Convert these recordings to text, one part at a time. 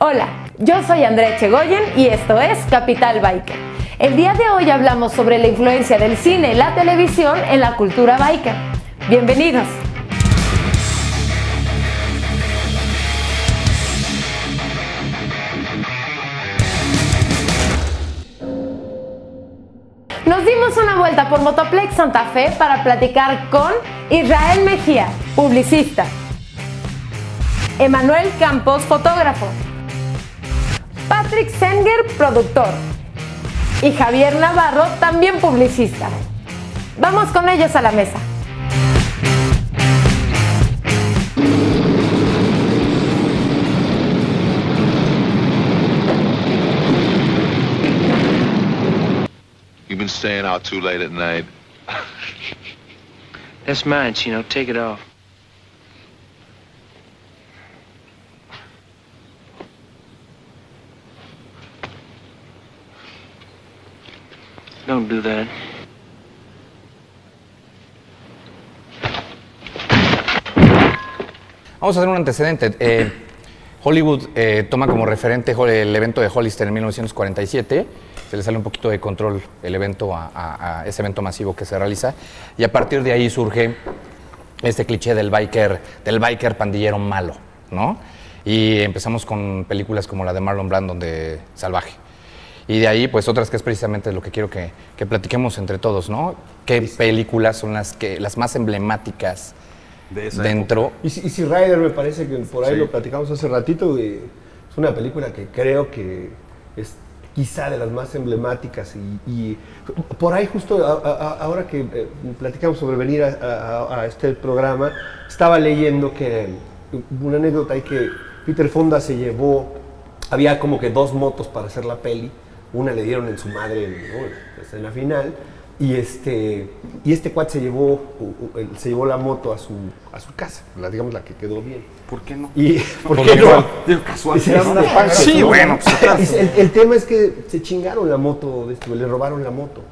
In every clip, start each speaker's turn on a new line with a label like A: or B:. A: Hola, yo soy Andrea Chegoyen y esto es Capital Biker. El día de hoy hablamos sobre la influencia del cine y la televisión en la cultura biker. Bienvenidos. Nos dimos una vuelta por Motoplex Santa Fe para platicar con Israel Mejía, publicista. Emanuel Campos, fotógrafo. Patrick Senger, productor. Y Javier Navarro, también publicista. Vamos con ellos a la mesa.
B: You've been staying out too late at night.
C: That's mine, Chino. Take it off. Don't do that.
D: Vamos a hacer un antecedente. Eh, Hollywood eh, toma como referente jo- el evento de Hollister en 1947. Se le sale un poquito de control el evento a, a- a ese evento masivo que se realiza. Y a partir de ahí surge este cliché del biker, del biker pandillero malo, ¿no? Y empezamos con películas como la de Marlon Brando de Salvaje. Y de ahí, pues otras que es precisamente lo que quiero que, que platiquemos entre todos, ¿no? ¿Qué películas son las, que, las más emblemáticas
E: De esa
D: dentro
F: Y si, y si Rider me parece que por ahí
E: Sí.
F: lo platicamos hace ratito, eh, es una película que creo que es quizá de las más emblemáticas y, y por ahí justo a- a- a- ahora que eh, platicamos sobre venir a, a- a este programa, estaba leyendo que eh, una anécdota ahí que Peter Fonda se llevó, había como que dos motos para hacer la peli, una le dieron en su madre ¿no? Pues, en la final y este, y este cuate se llevó, u- u- el- se llevó la moto a su, a su casa, la, digamos la que quedó bien.
E: ¿Por qué no?
F: Y, ¿Por
D: Porque
F: qué
D: igual,
F: no?
E: Digo, casual.
F: Dice,
E: era una
F: este,
E: panza,
D: sí,
E: ¿no?
D: bueno, pues,
F: Dice, El, el tema es que se chingaron la moto, de este güey, le robaron la moto.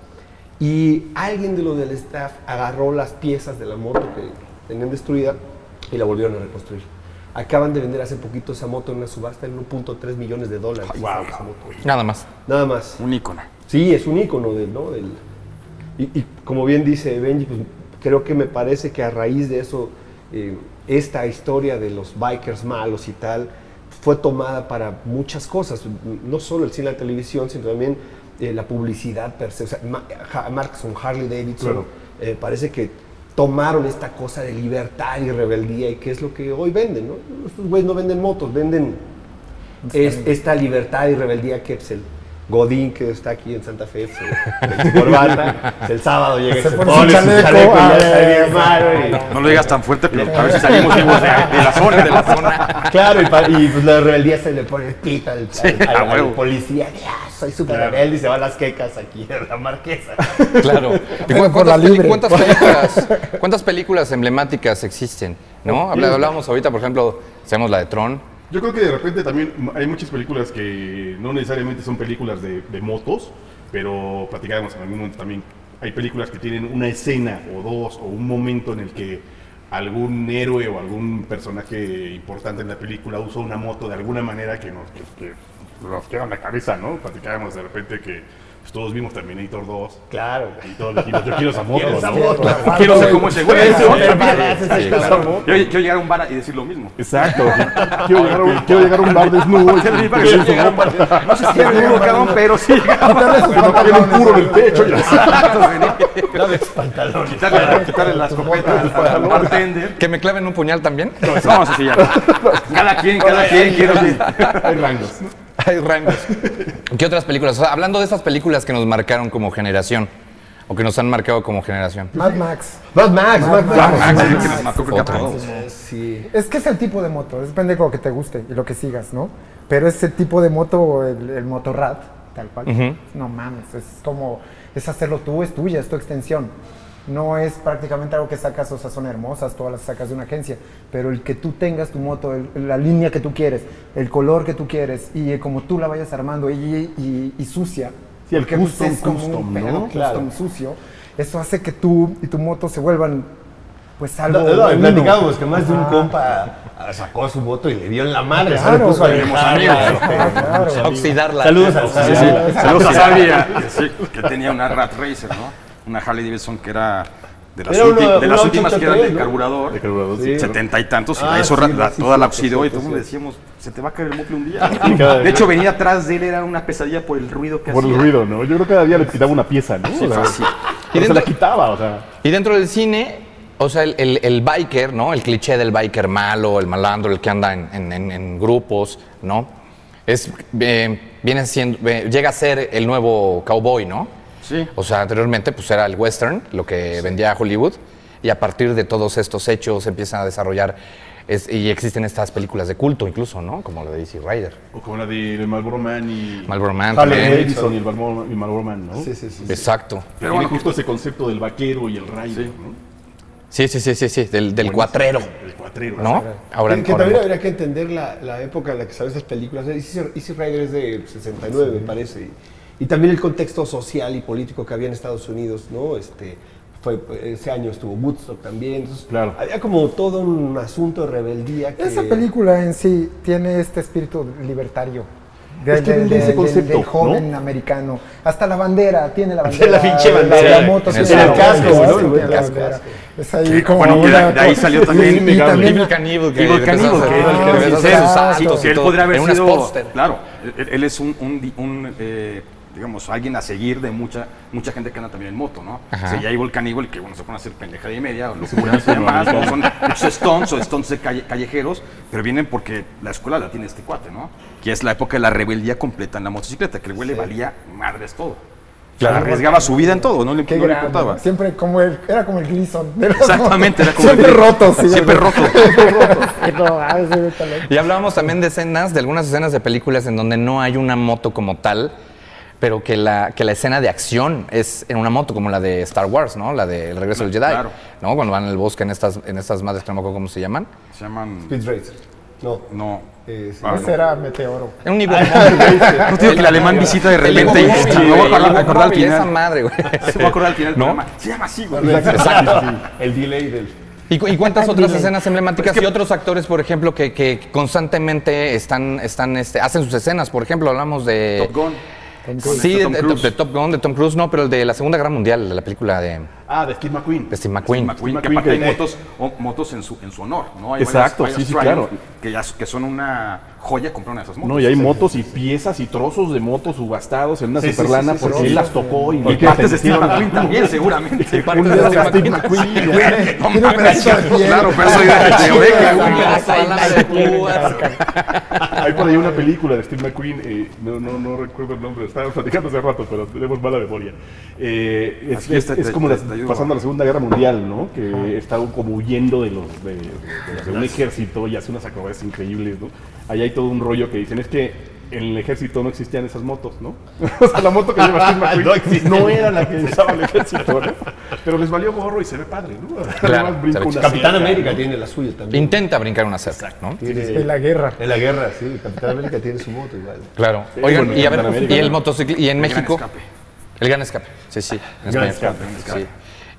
F: Y alguien de los del staff agarró las piezas de la moto que tenían destruida y la volvieron a reconstruir. Acaban de vender hace poquito esa moto en una subasta en 1.3 millones de dólares. Esa moto.
D: Nada más.
F: Nada más.
E: Un ícono.
F: Sí, es un ícono del, ¿no? Del- y, y como bien dice Benji, pues creo que me parece que a raíz de eso, eh, esta historia de los bikers malos y tal, fue tomada para muchas cosas, no solo el cine y la televisión, sino también eh, la publicidad per se. O sea, Ma- Ja- Markson, Harley Davidson, eh, parece que tomaron esta cosa de libertad y rebeldía y que es lo que hoy venden, ¿no? Estos güeyes no venden motos, venden es esta libertad y rebeldía que pues, el Godín que está aquí en Santa Fe, pues, se, se corbata, pues, el sábado llega y
G: Se
F: se
G: pone
F: pone
G: su
F: su
G: chaleco,
F: chaleco,
G: ah,
F: ya está bien
G: eh,
F: malo, y-
E: No lo digas tan fuerte, pero a ver si salimos vivos de, de la zona, de la zona.
F: Claro, y, pa- y, pues la rebeldía se le pone el pito al, al-
E: a
F: al- al
E: huevo.
F: policía, ya, soy súper rebelde y se van las quecas aquí en la marquesa.
D: Claro. ¿Y cu-
G: Por
D: ¿Cuántas,
G: la
D: peli-
G: libre.
D: cuántas películas, cuántas películas emblemáticas existen? ¿No? Habla- Hablábamos ahorita, por ejemplo, hacemos la de Tron.
H: Yo creo que de repente también m- hay muchas películas que no necesariamente son películas de, de motos, pero platicábamos en algún momento también. Hay películas que tienen una escena o dos o un momento en el que algún héroe o algún personaje importante en la película usa una moto de alguna manera que nos, que- que nos queda en la cabeza, ¿no? Platicábamos de repente que pues, todos vimos Terminator 2
F: Claro.
H: y todos dijimos, yo quiero esa moto,
F: Quiero esa
H: ¿no?
F: moto.
E: Quiero ser como ese güey.
F: Ese güey,
E: ¿no?
F: hermanazo, ese
E: Sí,
F: cabrón.
E: claro. Yo, yo llegar a un bar y decir lo mismo.
H: Exacto. quiero, llegar a un, quiero llegar a un bar desnudo. y-
E: Quiero llegar a un bar- No sé si es nuevo, cabrón, pero sí
H: no tiene un puro en el pecho. ya.
F: Dame tus pantalones.
E: Quitarle, quitarle la escopeta al- al bartender.
D: ¿Que me claven un puñal también?
E: Vamos a sellar. Cada quien, cada quien quiero decir.
H: Hay rangos.
D: Hay rangos. ¿Qué otras películas? O sea, hablando de esas películas que nos marcaron como generación, o que nos han marcado como generación.
G: Mad Max.
F: Mad Max, Mad Max.
E: Ah, sí, que nos marcó, creo que a
D: Otro.
E: todos.
F: Sí.
G: Es que es el tipo de moto, depende de lo que te guste y lo que sigas, ¿no? Pero ese tipo de moto, el, el motorrad, tal cual, no mames, es como, es hacerlo tú, es tuya, es tu extensión. No es prácticamente algo que sacas, o sea, son hermosas, todas las sacas de una agencia, pero el que tú tengas tu moto, el- la línea que tú quieres, el color que tú quieres y eh, como tú la vayas armando y, y- y sucia,
H: Sí, el
G: porque pues,
H: custom,
G: es como un
H: custom, ¿no?
G: pedo,
F: Claro.
G: custom sucio, eso hace que tú y tu moto se vuelvan pues algo
F: No, no,
G: de uno.
F: platicábamos que más de un
G: Ajá.
F: compa sacó su moto y le dio en la madre. se
G: Claro,
F: lo puso a este,
G: güey.
F: alejar,
E: amigos.
F: ¿no?
G: Claro.
D: Oxidarla.
F: Saludos a
E: Sí, sí. Saludos a Salvi. a- sí, que tenía una Rat Racer, ¿no? Una Harley Davidson que era de las,
F: Era
E: ulti-
F: una-
E: de las
F: una
E: últimas que eran de
F: 883, ¿no?
E: carburador.
H: De carburador,
F: Sí.
E: Setenta y tantos, y
F: Ah,
E: la hizo
F: sí,
E: ra-
F: sí,
E: la-
F: sí,
E: toda la
F: sí,
E: oxidó, y todo el mundo
F: sí.
E: decíamos, se te va a caer el mofle un día. De hecho, venir atrás de él era una pesadilla por el ruido que
H: Por
E: hacía.
H: el ruido, ¿no? Yo creo que cada día le quitaba una pieza, ¿no?
E: Sí,
H: O sea,
E: fácil.
H: Pero se
D: dentro-
H: la quitaba, o sea.
D: Y dentro del cine, o sea, el, el- el biker, ¿no? El cliché del biker malo, el malandro, el que anda en, en- en- en grupos, ¿no? Es, eh, viene siendo, eh, llega a ser el nuevo cowboy, ¿no?
E: Sí.
D: O sea, anteriormente pues era el western, lo que vendía Hollywood, y a partir de todos estos hechos se empiezan a desarrollar es- y existen estas películas de culto incluso, ¿no? Como la de Easy Rider,
H: O como la del Marlboro Man y.
D: Marlboro Man
H: Harley
D: también.
H: Davidson y el Marlboro, y Marlboro Man, ¿no?
F: Sí, sí, sí.
D: Exacto.
H: Pero bueno, justo ese concepto del vaquero y el rider, ¿no?
D: Sí, sí, sí, sí, sí, del, del cuatrero,
H: El cuatrero.
D: ¿no? Ahora
F: que que
D: ahora-
F: también habría que entender la, la época en la que salen esas películas. Easy, Easy Rider es de 69, me parece. Y, y también el contexto social y político que había en Estados Unidos, ¿no? Este, fue, ese año estuvo Woodstock también. Entonces,
H: Claro.
F: Había como todo un asunto de rebeldía. Que,
G: Esa película en sí tiene este espíritu libertario. De,
H: Es que vende ese concepto,
G: del joven
H: ¿no?
G: americano. Hasta la bandera, tiene la bandera.
F: Tiene la pinche bandera,
G: La, moto,
D: en
G: tiene
D: el
G: la
F: casco,
G: bandera,
F: ¿no?
G: sí,
F: En
G: tiene
F: el
G: la
F: casco.
G: bandera. Es ahí
E: Sí,
G: como
E: bueno, que
G: una
E: de- de ahí
G: cosa-
E: salió también
G: y- y
H: innegable.
G: también-
D: Evil Caníbal. que
E: Evil
D: de verdad,
E: Caníbal, que
D: ah,
E: era el que
D: de
E: era
D: verdad,
E: sincero.
D: sus saltos
E: Sí,
D: y
E: él
D: todo,
E: podría haber
D: en unas
E: sido,
D: póster.
E: claro, él, él es un, un di- un, eh, digamos, alguien a seguir de mucha mucha gente que anda también en moto, ¿no?
D: Ajá.
E: O sea, ya llegó el caníbal que, bueno, se pone a hacer pendeja y media, o locuras y demás, ¿no? Son muchos stunts o stunts de calle- callejeros, pero vienen porque la escuela la tiene este cuate, ¿no? Que es la época de la rebeldía completa en la motocicleta, que el güey le valía madres todo.
D: Claro.
E: Arriesgaba su vida en todo, no le,
G: Qué
E: no le
G: grande.
E: importaba.
G: Siempre como el, era como el Gleason. de las
E: Exactamente, era
G: motos.
E: como el
G: Siempre
E: Gleason.
G: roto, sí.
E: Siempre
G: ¿verdad?
E: roto.
G: Siempre roto. Sí, no, a veces me talento.
D: Y hablábamos también de escenas, de algunas escenas de películas en donde no hay una moto como tal, pero que la, que la escena de acción es en una moto, como la de Star Wars, ¿no? La de El regreso del Jedi,
E: Claro.
D: ¿no? Cuando van al bosque en estas, en estas madres, que no me acuerdo cómo se llaman.
E: Se llaman...
F: Speed Racer. No.
E: No.
F: Eh, sí.
E: Ah,
G: Ese era Meteoro.
D: En un No
E: No te digo que el alemán visita de repente y
D: me
E: y me voy a acordar- acordar al
D: esa
E: final.
D: madre, güey.
E: Se me va a acordar al final.
D: ¿No?
E: del programa. Se llama así, güey.
D: Exacto.
F: El delay del.
D: ¿Y, cu- y cuántas otras escenas emblemáticas y otros actores, por ejemplo, que, que constantemente están, están, este, hacen sus escenas? Por ejemplo, hablamos de...
E: Top Gun.
D: Sí, de,
E: De Tom
D: de-
E: Cruise.
D: de Top Gun, de Tom Cruise, no, pero el de la Segunda Guerra Mundial, de la película de,
H: Ah, de Steve McQueen.
D: de Steve McQueen.
E: McQueen, que
H: McQueen,
E: aparte hay
H: que-
E: motos, o- motos en su, en su honor, ¿no? Hay
H: Exacto,
E: varias-
H: sí, sí,
E: varias Triumph
H: claro.
E: Que, ya, que son una joya comprar una de esas motos.
H: No, y hay motos y piezas y trozos de motos subastados en una
F: Sí, sí,
H: superlana
F: sí, sí,
H: porque
F: sí,
H: él
F: sí.
H: las tocó y,
E: Y partes de Steve McQueen también, seguramente.
H: Un dedo de Steve McQueen. ya.
E: No
G: Tiene un
E: mames,
G: pedazo de piel.
E: Claro, pero soy de, de oveja, güey.
H: Hay por ahí una película de Steve McQueen, eh, no, no, no recuerdo el nombre, estábamos platicando hace rato, pero tenemos mala memoria. Eh, es,
E: Aquí
H: es-
E: está,
H: es
E: te-
H: como
E: te-
H: las-
E: te ayudo.
H: pasando la Segunda Guerra Mundial, ¿no? Que está como huyendo de los de, de- de- de un ejército y hace unas acrobacias increíbles, ¿no? Ahí hay todo un rollo que dicen, es que en el ejército no existían esas motos, ¿no? o sea, la moto que lleva Steve McQueen no, era la que usaba el ejército, ¿no? Pero les valió gorro y se ve padre, ¿no? Además,
D: se
H: brinca
D: ve
H: una
D: chido.
F: Capitán
H: cerca,
F: América
H: ¿no?
F: tiene la suya también.
D: Intenta brincar una cerca, ¿no?
F: Tiene-
G: En la guerra.
F: En la guerra, sí. Capitán América tiene su moto igual.
D: Claro.
H: Sí,
D: Oigan,
H: bueno,
D: y a ver,
H: Capitán América,
D: y el
H: ¿no?
D: motociclista, y en
E: Gran
D: México,
E: escape.
D: el gran escape, sí, sí, en
H: Gran
D: España.
H: escape, gran
D: Sí.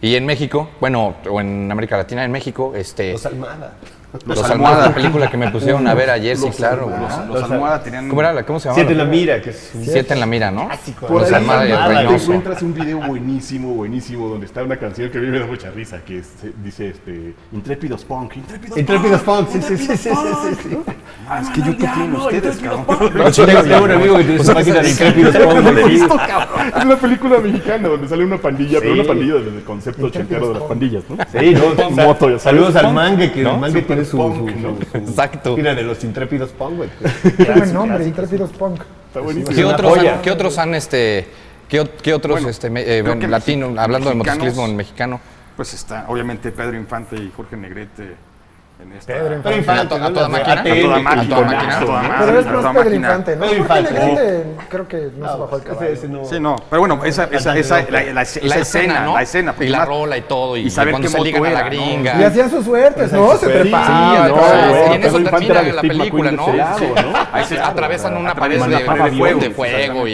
D: Y en México, bueno, o en América Latina, en México, este,
F: Los Almada.
D: los,
E: Los
D: almohadas,
E: Almohada.
D: la película que me pusieron a ver ayer, sí, claro, güey,
E: Los,
D: ¿no?
E: los almohadas tenían...
D: ¿Cómo era la, cómo se llamaba?
F: Siete en la mira, que es un-
D: Siete en la mira, ¿no?
H: Por
D: Los
H: ahí
D: Almada y el
H: Almada, te
D: Reynoso.
H: encuentras un video buenísimo, buenísimo, donde está una canción que a mí me da mucha risa, que es- se- dice este, Intrépidos Punk, Intrépidos
F: Intrépidos
H: Punk.
F: Punk, sí, sí, sí, sí, sí, sí.
E: Ah, es que yo qué tienen ustedes, cabrón.
F: Tengo un amigo que tiene su máquina de Intrépidos Punk.
H: Es una película mexicana donde sale una pandilla, pero una pandilla desde el concepto ochentero de las pandillas, ¿no?
F: Sí, no,
H: Con
F: sal-
H: moto, ya sabes,
F: saludos al
H: punk,
F: Mangue, que
H: ¿no?
F: el Mangue tiene su,
H: Punk,
F: su,
H: ¿no?
F: su- su-
D: Exacto.
F: Mira, de los intrépidos punk, güey.
G: Qué buen nombre, Intrépidos Punk.
H: Está buenísimo.
D: ¿Qué
F: una
D: otros, han,
F: joya.
D: ¿Qué otros han, este, qué, ot- qué otros,
E: Bueno,
D: este, me- eh,
E: creo
D: bueno,
E: que
D: latino,
E: mexi-
D: hablando del
E: mexicanos-
D: motociclismo en mexicano?
E: Pues está, obviamente, Pedro Infante y Jorge Negrete en esta...
G: Pedro
F: Pedro
G: Infante.
F: Infante,
D: A to- a
F: ¿no?
D: toda
F: Las de
D: máquina.
F: ATM,
E: A toda
F: que-
E: máquina,
D: toda máquina.
E: a toda
G: Pero es
E: máquina, a
G: más
E: toda
G: Pedro
E: Ah, máquina.
G: Infante,
F: Pedro
G: ¿no? Porque la
F: Infante.
G: gente creo que no
D: Ah,
G: se
D: pues,
G: bajó el
F: Ese-
G: caballo.
F: ese no-
E: Sí, no, pero bueno, esa, esa, esa, la, la- esa
D: La escena,
E: escena,
D: ¿no?
E: la escena. porque
D: Y la
E: más-
D: rola y todo, y,
E: y saber
D: cuando
E: qué
D: se
E: moto
D: ligan a la
E: era, ¿no?
D: gringa.
G: Y hacían sus suertes, ¿no? Se
D: pues, Sí,
G: trepaban.
D: no,
G: todo.
D: güey. y en
H: Pedro
D: eso
H: Infante
D: termina
H: era de
D: la
H: Steve
D: película,
H: McQueen de
D: ¿no?
H: ese lado, ¿no?
D: Ahí se
H: Claro,
D: atravesan
H: claro.
D: una pared
E: Atravesan
D: de,
E: una pared
D: de
E: de
D: fuego,
E: fuego,
D: de fuego y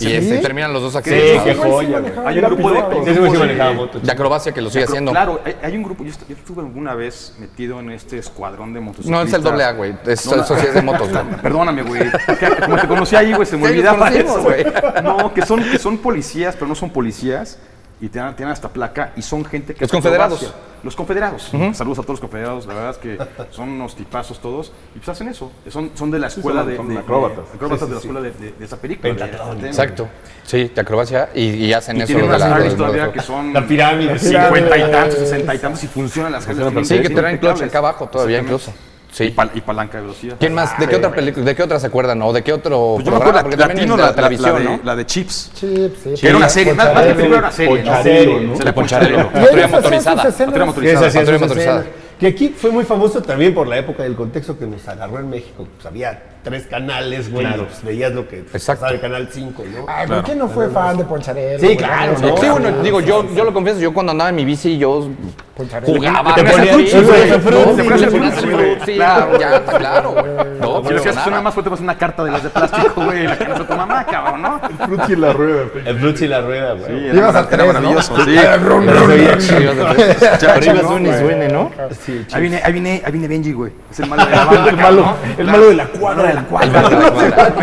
D: Y
E: es.
D: este, terminan los dos
E: Sí,
D: accidentes.
E: qué
G: joya,
E: Hay un grupo de
F: Sí, ese güey sí manejaba moto.
D: de acrobacia que lo sigue
E: Pero
D: haciendo.
E: Claro, hay, hay un grupo. Yo, est- yo estuve alguna vez metido en este escuadrón de motociclistas.
D: No, es el doble A, güey. Es
E: No, no.
D: sociedad de motos, güey.
E: Perdóname, güey. que Como te conocí ahí, güey, se
D: Sí,
E: me
D: nos
E: olvidaba
D: conocimos,
E: eso, güey.
D: güey.
E: No, que son, que son policías, pero no son policías. Y te dan, te dan hasta placa. Y son gente que.
D: Los confederados.
E: acrobacia. Los confederados. Saludos a todos los confederados. La verdad es que son unos tipazos todos. Y pues hacen eso. Son, son de la escuela
H: son-
E: de.
H: son
E: de- de-
H: acróbatas.
E: Acróbatas de la escuela de, de- de esa película. de- de-
D: Exacto. Sí, de acrobacia. Y, y hacen
E: Y
D: eso
E: tienen
D: los de
E: unas
D: la-
E: aves
D: los-
E: todavía
D: los-
E: que son.
I: La pirámide.
E: Sí, 50 y tantos, 60 y tantos, y funcionan las calles.
D: Sí, que traen clutch acá abajo todavía incluso.
E: Y,
D: Sí.
E: pal- y palanca de velocidad.
D: ¿Quién más? ¿De qué otra película? ¿De qué otra se acuerdan? ¿O de qué otro
E: Pues yo me
D: programa?
E: acuerdo
D: Porque
E: la,
D: también es
E: latino,
D: de
E: la,
D: la
E: la- la
D: televisión,
E: de,
D: ¿no?
E: la de Chips.
G: Chips, sí. pues,
E: Que era una serie, más, más que película era una serie. ¿no?
I: Poncharelo, ¿no?
E: La Poncharelo.
G: Y
D: Patrulla
G: ellos hacían
D: motorizada,
G: sus escenas.
E: patrulla
F: Sí, esa sí,
D: Patrulla
F: esa
D: motorizada.
F: escena. Que aquí fue muy famoso también por la época del contexto que nos agarró en México. Pues había tres canales, güey. y Pues veías lo que
D: Exacto.
F: pasaba en Canal 5, ¿no?
G: Ay, ¿por qué no fue fan de Poncharero?
F: Sí,
G: güey?
F: claro,
D: Sí,
F: ¿no?
D: Sí, bueno, digo, yo, yo lo confieso, yo cuando andaba en mi bici, yo Pues,
G: Poncharelo.
D: jugaba.
I: Te
D: con
I: ponías
D: el
I: frutti,
D: güey,
I: te ponías
D: ¿no?
I: frutti,
D: Sí,
I: te
D: le
I: ponías
D: ponías
I: frutti,
D: frutti, sí, claro, ya, está claro, güey. No,
E: Si
D: pero
E: lo que haces
D: nada.
E: una más fuerte, vas a una carta de las de plástico, güey, la que no se tu mamá, cabrón, ¿no?
H: Frutti en la rueda.
I: El Brutz y la rueda, güey.
E: Sí,
G: Ibas
E: era-
G: a
E: era
G: tres, ¿no?
E: maravilloso, sí.
D: Pero se veía chido, güey. Pero ibas
E: no,
D: un y
E: güey.
D: suene, ¿no?
E: Ahí viene, ahí viene, ahí viene Benji, güey. Es el malo de la banda,
I: El malo,
E: cabrón.
I: el malo de la cuadra.
E: de la cuadra.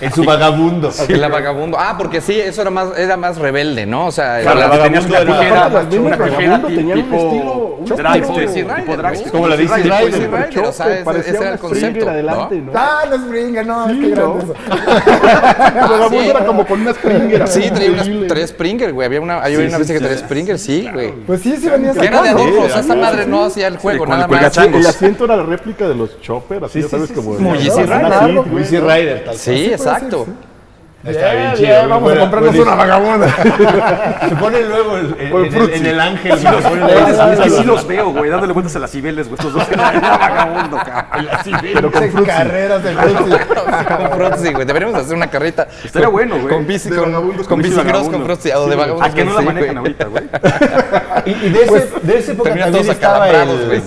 I: En su vagabundo.
D: El vagabundo. Ah, porque sí, eso era más, era más rebelde, ¿no? O sea,
I: Claro,
D: la-
I: la vagabundo
E: Tenías una
I: era
E: tijera,
G: las mismas
E: una tijera
H: vagabundo tenía un
E: tipo
H: estilo-
E: dragster,
D: Tipo
E: tipo
D: Rider,
E: dragster.
I: Como la de Easy
D: Rider,
I: Rider.
D: Rider, o sea, ese- ese era el concepto, ¿no?
G: Ah, los Springer, no, es que grande eso.
H: El vagabundo
D: Ah, sí.
H: era como con unas pringueras.
D: Sí, traía unas
H: Horrible.
D: tres Springer, güey. Había una, había una vez que traía Springer, sí, güey.
G: Pues sí, sí venías
D: Que era de
G: acá, ¿no?
D: adorno, o sea, esa madre no hacía el juego,
E: con el
D: nada más.
E: colgachangos.
H: El asiento era la réplica de los choppers, así ya sabes como...
D: Como Easy
H: Ajá,
D: Rider,
H: sí,
G: ¿no?
H: güey.
I: Easy Rider, tal
D: Sí, exacto.
I: Está bien
G: Bien,
I: chido.
G: vamos a comprarnos una vagabunda.
I: Se pone luego el- el- en el- en el ángel. güey, le ponen
E: Es
I: la-
E: es que sí los veo, güey, dándole vueltas a las cibeles, güey. Estos dos que no vagabundo, cabrón.
G: Pero con carreras de
D: Con Frozzi, güey. Deberíamos hacer una carreta.
E: Estaría
D: Con-
E: bueno, güey.
D: Con bici,
E: De
D: con, con
E: vagabundos con bici
D: bici cross, con
E: vagabundo.
D: Frozzi. O de vagabundos.
E: ¿A que no la
D: sí, güey.
E: manejan ahorita, güey?
F: Y, y de, ese, de esa
D: terminan
F: época también
D: todos
F: estaba
D: acalambrados,
F: el
D: güey.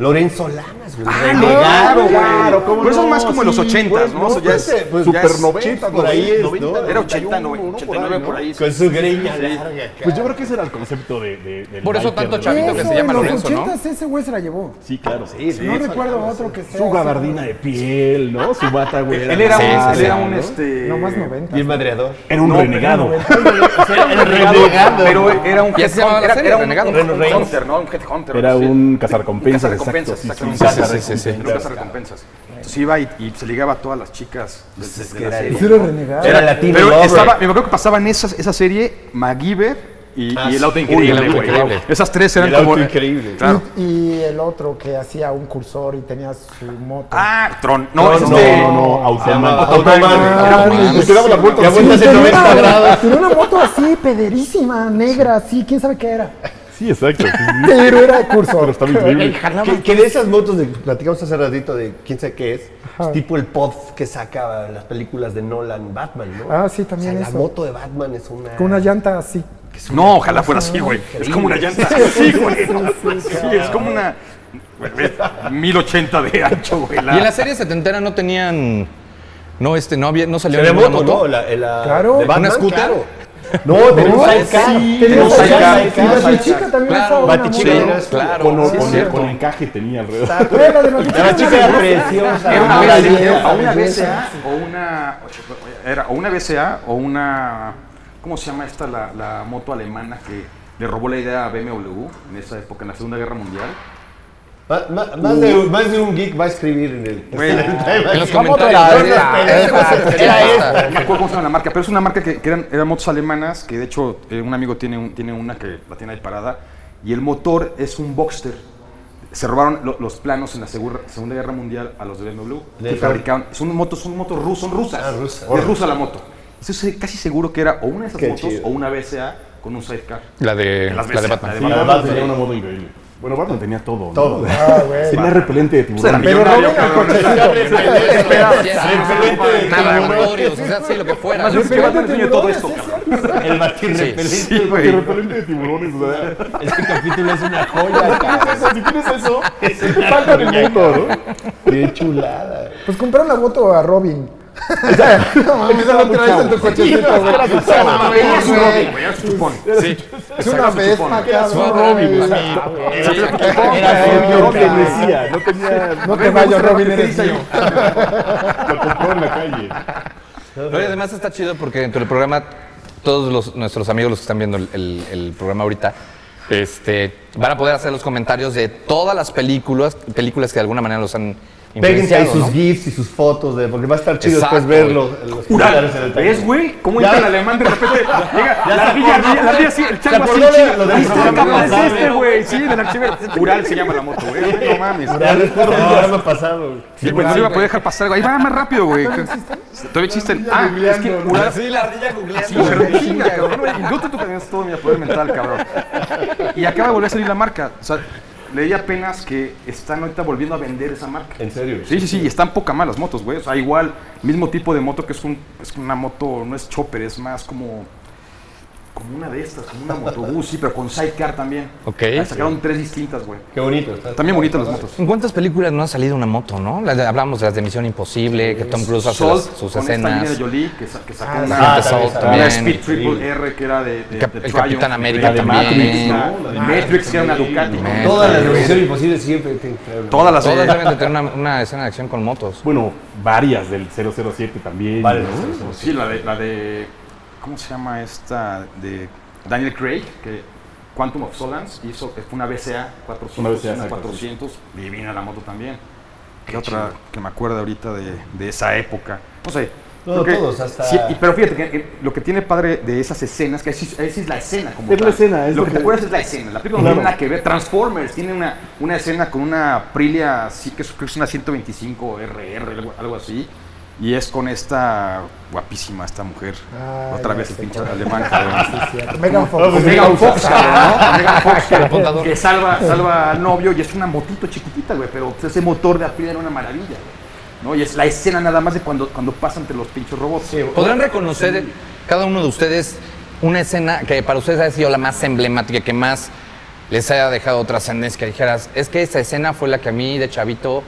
F: Lorenzo Lamas, güey.
E: Claro, güey.
H: claro, ¿cómo
E: Pero eso es
H: no?
E: más como en los
H: Sí,
E: 80, ¿no? Eso ya
F: pues,
E: es.
F: pues,
H: Super
E: ya es-
H: 90,
F: por ahí es, ¿no?
E: Era 80, 89, por ahí.
F: Con su greña larga. acá.
H: Pues yo creo que ese era el concepto de... de- del
D: Por eso
H: biker,
D: tanto
H: ¿no?
D: chavito que se llama
G: en los
D: Lorenzo, ¿no?
G: ochentas ese güey se la llevó.
H: Sí, claro.
G: no recuerdo otro que sea.
H: Su
G: así.
H: gabardina de piel, ¿no? Su bata, güey.
E: Él era
H: Sí,
E: un,
H: sí,
E: él
H: sí.
E: era un, este.
G: No, más 90.
I: Y el madreador.
H: Era un renegado.
I: El renegado.
E: Pero era un
D: Y así se llamaba la
E: era,
D: serie,
E: era un
D: Renegado.
E: hunter, ¿no? Un headhunter.
H: Era
E: sí.
H: un cazarrecompensas,
E: Cazarrecompensas,
H: exacto.
E: exactamente.
H: Sí, sí,
D: Sí, sí, sí, sí.
E: Era un cazarrecompensas. Entonces iba y, y se ligaba a todas las chicas de, de- de la serie.
G: Sí era renegado.
I: Era latino.
E: Pero
I: lover.
E: estaba, me acuerdo que pasaban esas, esa serie, MacGyver y, y el auto
D: el
E: increíble,
D: auto
E: güey.
D: increíble.
E: Esas tres eran
I: El auto
E: como.
I: increíble.
E: Claro.
G: Y, y el otro que hacía un cursor y tenía su moto.
E: Ah, Tron. No, es
H: No,
E: este.
H: no, no, Automan.
I: Automan.
H: Le quedaba la vuelta.
I: Ya
H: así.
I: vueltas en 90 grados.
G: tenía una moto así, pederísima, negra, así, quién sabe qué era.
H: Sí, exacto. sí, sí.
G: Pero era de cursor.
H: Pero estaba increíble.
G: Y jalaba.
F: Que, que de esas motos de que platicamos hace ratito de quién sabe qué es, es tipo el pod que saca las películas de Nolan Batman, ¿no?
G: Ah, sí, también
F: O sea,
G: eso.
F: La moto de Batman es una.
G: Con una llanta así.
E: No, ojalá fuera así, güey. Es como una llanta. Sí, güey. Sí, es como una. güey, güey, 1080 de ancho, güey.
D: Y en la serie setentera no tenían. No, este, no había, no salió
F: Se ve
D: ninguna
F: moto,
D: moto.
F: ¿no? La, la,
G: Claro.
F: de Batman,
D: ¿Una scooter?
F: claro. No, tenía un sidecar.
G: Tenía
F: Tenía un
G: esa llanta,
F: sidecar.
G: y
F: tenía
G: la
F: sidecar.
G: chica también usaba
D: Claro,
G: una
D: Batichica,
G: moto.
D: sí, claro.
H: Con,
D: sí,
H: con-
D: cierto.
H: con encaje tenía alrededor.
G: Era la de la chica.
F: La chica era
E: Era
F: preciosa.
E: una
G: Ah,
E: BCA,
G: belleza,
E: o una
G: belleza.
E: BCA o una. Era o una BCA o una. ¿Cómo se llama esta la, la moto alemana que le robó la idea a BMW en esa época, en la Segunda Guerra Mundial?
F: Ma- ma- Más de, más de un geek va a escribir en el.
E: Güey,
D: En los
G: ¿Cómo te
D: comentarios.
G: la-
D: Era esta, era esta.
E: no me acuerdo cómo se llama la marca, pero es una marca que, que eran, eran motos alemanas, que de hecho eh, un amigo tiene, un- tiene una que la tiene ahí parada, y el motor es un Boxster. Se robaron lo- los planos en la segura- Segunda Guerra Mundial a los de BMW,
F: De
E: que
F: fab-
E: fabricaban, son motos, son motos rusas, son rusas.
F: Ah, rusas.
E: Es rusa la moto. Entonces eh, casi seguro que era o una de esas
F: Qué
E: motos
F: chido.
E: o una BCA con un sidecar.
D: La de,
E: Las
D: la de
E: veces,
D: Batman.
E: la
H: Sí,
E: de Batman.
H: Batman tenía una moto increíble. Bueno, Batman tenía todo. ¿no?
F: Todo.
G: Ah, güey.
H: Tenía repelente de tiburón.
E: Pero
G: Robin era
D: Sí, era nada, laboratorios, o sea, sí, lo que fuera.
E: Además, yo creo que Batman es dueño de todo esto, cabrón.
I: El batir repelente.
E: Sí,
H: Que
E: güey.
H: repelente de tiburones, o sea.
I: Este capítulo es una joya, cabrón.
H: Si tienes eso, te falta el mundo, ¿no?
F: Qué chulada.
G: Pues compraron la moto a Robin.
F: O sea,
I: Empiezan otra vez en tu cochecito, güey.
E: Es un Robin, güey, es un chupón.
D: Sí.
G: Es una vez,
D: Fue
G: cabrón.
D: Robin, güey.
I: Era
G: Robin,
I: Robin,
G: cabrón.
I: decía.
H: No tenía.
G: No te vayas, Robin, eres mío.
H: Lo compró en la calle.
D: No, y además está chido porque dentro del programa, todos los- nuestros amigos, los que están viendo el, el- el programa ahorita, este, van a poder hacer los comentarios de todas las películas, películas que de alguna manera los han
I: Péguense ahí
D: influenciado,
I: sus
D: ¿no?
I: GIFs y sus fotos, de, porque va a estar chido
D: Exacto,
I: después verlo. los comentarios en el taller.
E: ¿Ves, güey? ¿Cómo
I: Ya.
E: entra el alemán de repente? Llega,
I: Ya
E: la
I: se
E: ardilla,
I: acordó,
E: la
I: güey.
E: ardilla así, el
I: Se
E: chango así.
I: acordó de- lo del
E: Listo,
I: programa
E: capaz
I: pasado,
E: este, güey. Sí, del archivero. Ural se llama la moto, güey. No mames.
I: Ya después del programa pasado, güey.
E: Sí, pues no lo iba a poder dejar pasar, güey. Ahí va más rápido, güey.
I: Ah,
E: Todavía existen. Ah, es que Ural. Sí, la ardilla googleando. Sí, chinga, cabrón. güey. Inútil tú tenías todo mi poder mental, cabrón. Y acaba de volver a salir la marca. O sea, leí apenas que están ahorita volviendo a vender esa marca.
I: En serio.
E: Sí, sí, sí, y están poca más las motos, güey. O sea, igual, mismo tipo de moto que es, un, es una moto, no es chopper, es más como, como una de estas, como una motobús, sí, pero con sidecar también.
D: Ok.
E: Ahí sacaron tres distintas, güey.
I: Qué bonito. está.
E: También bonitas las motos.
D: ¿En cuántas películas no ha salido una moto, no? Las de- hablamos de las de Misión Imposible, que Tom Cruise hace las-
E: Salt,
D: sus
E: con esta
D: escenas.
E: Angelina Jolie, que, sa- que sacó
G: Ah,
E: una,
D: Agente
I: Ah, también
D: Salt
I: está.
E: una
D: también.
E: Speed Triple
I: Sí.
E: R, que era de, de-
D: Cap-
E: de
D: el
E: Triumph,
D: Capitán América
E: la de
D: también.
E: Matrix, ¿no? La de Matrix, que era una Ducati.
D: Matrix.
I: Todas las de Misión Imposible siempre tienen que haber-
E: Todas las
D: Todas
E: de-
D: deben de tener una, una escena de acción con motos.
H: Bueno, varias del 007 también.
I: Varias
H: ¿no?
I: del 007.
E: Sí, la de, la de. ¿Cómo se llama esta? De Daniel Craig, que Quantum of Solace hizo. Fue una BCA 400.
H: Una BCA,
E: unas 400. Divina la moto también. ¿Qué otra que me acuerdo ahorita de, de esa época? No sé.
I: No,
E: creo que-
I: todos, hasta-
E: sí, y- pero fíjate que eh, lo que tiene padre de esas escenas, que esa es, la escena. Como
H: Es la
E: tal.
H: escena, es
E: lo
H: lo
E: que te
H: que-
E: acuerdas es la escena. La película no tiene nada que ver. Transformers tiene una, una escena con una Aprilia, sí, que es, creo que es una 125 RR, algo, algo así. Y es con esta guapísima, esta mujer.
G: Ah,
E: Otra
G: ya
E: vez
G: sé
E: el pinche
G: cuál.
E: alemán, este cabrón.
G: Megan Fox. ah,
E: Con Megan Fox, cabrón, ¿no? Con Megan Fox, cabrón,
D: apuntador.
E: que salva, salva al novio y es una motito chiquitita, güey, pero pues, ese motor de Aprilia era una maravilla, güey, ¿no? Y es la escena nada más de cuando, cuando pasan entre los pinchos robots.
D: ¿Podrán reconocer cada uno de ustedes una escena que para ustedes ha sido la más emblemática, que más les haya dejado trascendencia, que dijeras, es que esa escena fue la que a mí de chavito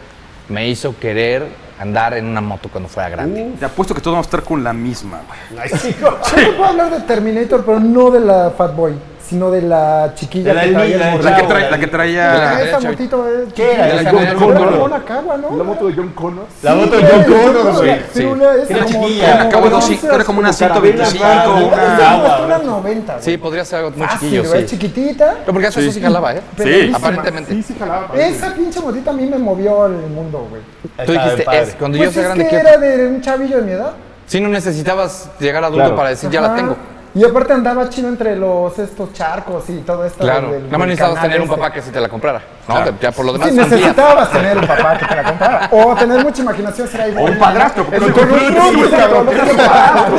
D: me hizo querer andar en una moto cuando fuera grande?
E: Te apuesto que todos vamos a estar con la misma, güey.
G: Yo puedo hablar de Terminator, pero no de la Fat Boy, sino de la chiquilla
I: De la
G: que traía
I: Elmira,
G: el
I: de
E: La que,
I: Chavo,
E: trae-
I: la-
E: la que traía...
G: Esa
D: chavito.
G: motito es.
I: ¿Qué era?
D: De la
I: Esa
D: John
I: era
G: Era
D: Connor.
G: como una cagua, ¿no?
H: La moto de John Connor.
I: La
G: Sí,
I: moto de
G: era
I: John
G: de John
I: Connor,
G: Connor,
I: güey.
G: sí, una- esa
I: Era
G: como-
I: chiquilla,
G: como
E: Acabo de
G: de
E: dos,
G: once,
E: era como una
G: como
I: caramelo,
E: 125,
I: ¿no?
E: una...
G: Esa
I: agua,
G: moto era
I: güey.
G: 90, güey.
D: Sí, podría ser algo muy
G: Uh. Fácil,
D: chiquillo,
G: güey,
D: sí.
G: chiquitita.
D: No, porque eso sí, jalaba, ¿eh?
G: Sí,
D: Aparentemente.
H: Sí, sí, jalaba.
G: Esa pinche motita a mí me movió el mundo, güey.
D: Tú
I: Estaba
D: dijiste,
I: padre.
D: es, cuando yo
G: Pues
D: sea
G: es
D: grande
G: que
D: quiero.
G: era de un chavillo de mi edad.
D: Si no necesitabas llegar adulto
H: Claro.
D: para decir, ya la
G: Ajá.
D: tengo.
G: Y aparte andaba chido entre los estos charcos y todo esto.
D: Claro.
G: del-
D: Nada más
G: del
D: necesitabas
G: canal
D: tener un
G: este.
D: papá que sí te la comprara. No, te- ya por lo demás.
G: Sí,
D: tranquila.
G: necesitabas tener un papá que te la comprara. O tener mucha imaginación, será igual.
E: O un padrastro, porque
G: Eso
E: no-
G: con un
E: Sí,
G: truco,
E: güey,
G: cabrón,
E: cabrón,
G: no
E: es un padrastro.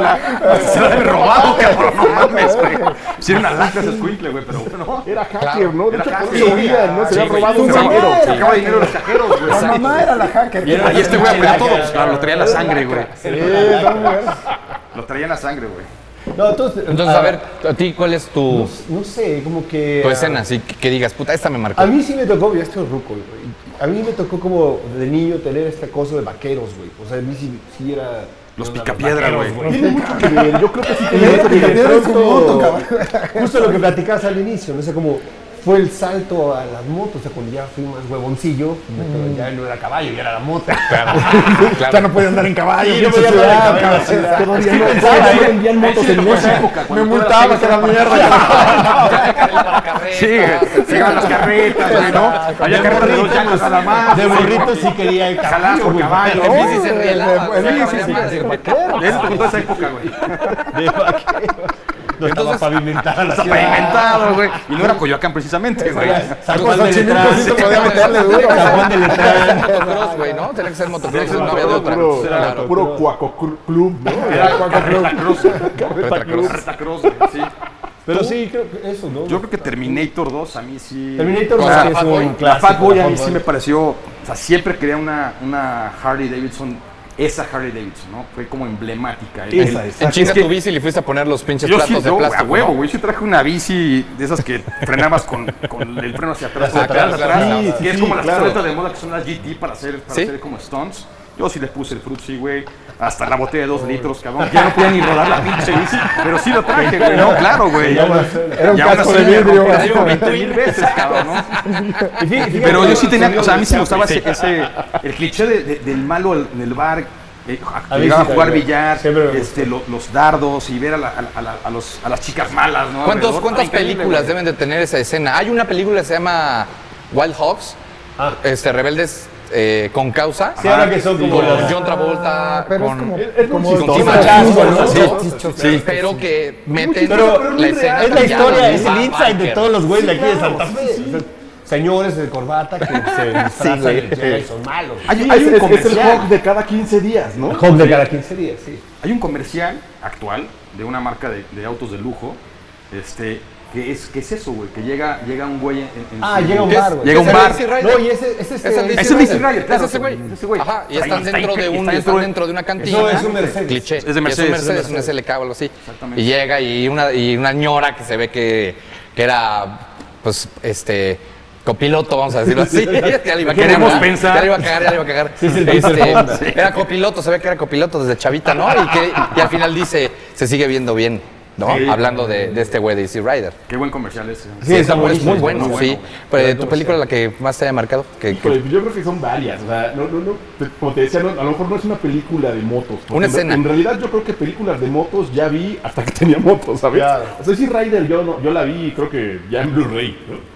E: Se la, se la habían robado, cabrón, no mames, güey. Sí, era una lacra ese escuincle, güey, pero bueno.
H: Era hacker,
D: Claro.
H: ¿no? De
E: Era
H: hecho, por
E: hacker.
H: eso huían, ¿no?
E: Sí,
H: Se había
E: güey.
H: robado un
G: Tu mamá
H: dinero.
G: era
E: Sacaba dinero de los cajeros, güey.
G: La mamá era la hacker.
I: Y era-
E: Y este güey
I: Era
E: apretó todo,
I: lacra,
E: pues, claro, lo traía en la sangre, güey.
I: Sí,
E: Lo traía en la sangre, güey.
I: no, entonces,
G: Ah.
D: Entonces, a ver, a ti, ¿cuál es tu,
I: No sé, como que.
D: tu
I: ah,
D: escena? Pues Así que, que digas, puta, esta me marcó.
I: A mí sí me tocó, ya estoy ruco, güey. A mí me tocó como de niño tener esta cosa de vaqueros, güey. O sea, a mí sí, sí era.
E: Los
I: no,
E: picapiedra,
I: vaqueros,
E: güey.
H: Tiene mucho que ver. Yo creo que sí tiene
I: Pero
H: mucho que
I: de
H: ver.
I: pronto, Justo lo que platicabas al inicio, no sé cómo fue el salto a las motos, o sea, cuando ya fui más huevoncillo, pero ya no era caballo, ya era la moto.
D: Ah, claro.
G: podía andar en caballo.
I: Sí, no podía andar en caballo, sí,
G: Todavía
I: Yo pensaba que vendían motos en
E: Pues,
I: México.
G: Me multaba que la mierda.
E: Sí, güey. Llegaban las carretas, güey, ¿no? Había carretas de dos llamas nada más.
I: De
E: güey,
I: burrito
E: ¿no?
I: sí quería el
E: Jaladas
I: caballo,
E: por
I: güey.
E: caballo.
D: En bici se
G: No,
D: rielaba,
G: en
D: o sea,
G: bici
D: valía
G: sí,
D: madre, güey.
E: Eso te contó esa época, güey.
I: De vaquero. No estaba pavimentada la
E: Está
I: ciudad.
E: pavimentado, güey. Y no era Coyoacán precisamente, güey.
I: San
G: Con
I: Juan de
G: Xochimilco
I: Letrán.
G: sí te podía meterle duro.
I: San Juan de Letrán.
D: Motocross, güey, ¿no? Tenía que ser motocross, no había de otra.
H: Puro,
D: Claro.
H: puro cuaco cru- club, ¿no?
E: Era Carreta Cruz. Carreta Cruz, güey, sí.
I: Pero sí, creo que eso, ¿no?
E: Yo creo que Terminator 2 a mí sí.
I: Terminator
D: Con la
I: sí es
D: Fat
I: un
D: Boy. La
E: La
I: clásico.
E: Fat Boy a
I: Fat
E: mí sí me pareció. O sea, siempre quería una, una Harley Davidson. Esa Harley Davidson, ¿no? Fue como emblemática. El-
I: Esa,
E: el-
I: esa.
D: En chinga
E: Es que-
D: tu bici le fuiste a poner los pinches
E: Yo sí,
D: platos de
E: yo, a
D: plástico.
E: huevo,
D: ¿no?
E: güey. Yo traía una bici de esas que frenabas con, con el freno hacia atrás,
D: Hacia
E: atrás,
D: atrás,
E: atrás,
D: sí,
E: que es
H: sí,
E: como las
H: claro.
E: carretas de moda que son las GT para hacer, para
D: Sí.
E: hacer como stunts. Yo sí le puse el frutzi, güey. Hasta la botella de dos litros, cabrón. Ya no podía ni rodar la pinche bici. Pero sí lo traje, güey. No, claro, güey.
G: Era un
E: Y aún
G: casco
E: así
G: de
E: me
G: vidrio.
E: rompí, digo, 20 mil veces, cabrón, ¿no? Pero yo sí tenía, o sea, a mí sí me gustaba ese, ese- el cliché de- de- del malo al- en el bar. eh, que
I: mí
E: llegaba
I: sí
E: a jugar
I: también.
E: billar,
I: Siempre me
E: este, lo- los dardos y ver a, la- a la- a los- a las chicas malas, ¿no?
D: ¿Cuántos,
E: Alrededor.
D: ¿Cuántas
E: Está increíble,
D: películas
E: güey.
D: deben de tener esa escena? Hay una película que se llama Wild Hogs,
E: Ah.
D: este, Rebeldes eh, con Causa,
I: Ah, Sí, ahora que son como
D: con
I: las...
D: John Travolta,
G: Ah, pero
D: con-
G: es como,
I: Es como
G: como
D: chistoso.
G: como
I: Chistoso,
G: ¿no?
I: ¿no?
G: Sí,
I: Chistoso,
G: chistoso.
D: Sí, pero que meten
I: Pero, pero
D: la escena
I: es la
D: cambiada
I: historia,
D: de
I: es
D: Bob
I: el insight de
D: Barker.
I: todos los güeyes de aquí de Santa Fe. O sea, Señores de corbata que se disfrazan y llegan y son malos.
E: Hay, hay
F: Es,
E: un
F: es- es el
E: comercial.
F: hog de cada 15 días, ¿no?
I: Home de cada 15 días, sí.
E: Hay un comercial actual de una marca de, de autos de lujo, este, que es, que es eso, güey, que llega, llega un güey en, en
I: Ah,
E: su-
I: llega a un
E: ¿Qué es?
I: bar, güey.
E: Llega a un
D: Es el
E: bar.
D: Easy Rider.
I: No, y ese, ese, este-
D: Es el
E: Es
D: Easy
E: el Easy
D: Rider,
E: Rider, claro.
D: es ese güey, es ese güey. Ajá, y
E: Está-
D: están
E: está
D: dentro de
E: incre-
D: un,
E: está
D: están
E: dentro de-
D: dentro de una cantina.
I: Eso es un Mercedes.
D: Cliché.
E: de Mercedes,
D: Y
E: es
D: Es
E: de
D: un Mercedes, un SLK o algo así.
E: Exactamente.
D: Y llega y una, y una ñora que se ve que, que era, pues, este, copiloto, vamos a decirlo así. ya le iba a
E: Queremos
D: cagar,
E: pensar.
D: Ya le iba a cagar, ya le iba a cagar. Este, era copiloto, se ve que era copiloto desde chavita, ¿no? Y, que, y al final dice, se sigue viendo bien, ¿no?
E: Sí.
D: Hablando de, de este güey de Easy Rider.
E: Qué buen comercial ese.
I: Sí, está
D: Es
I: buenísimo.
D: muy Pues, bueno,
E: muy
D: sí.
E: bueno.
D: Pero, ¿Tu película la que más te haya marcado? Que, que-
H: Híjole, yo creo que son varias. O sea, no, no, no. te- Como te decía, no, a lo mejor no es una película de motos. porque
D: Una
H: en-
D: escena.
H: En realidad yo creo que películas de motos ya vi hasta que tenía motos, ¿sabes? O sea, sí, Rider yo, no, yo la vi creo que ya en Blu-ray, ¿no?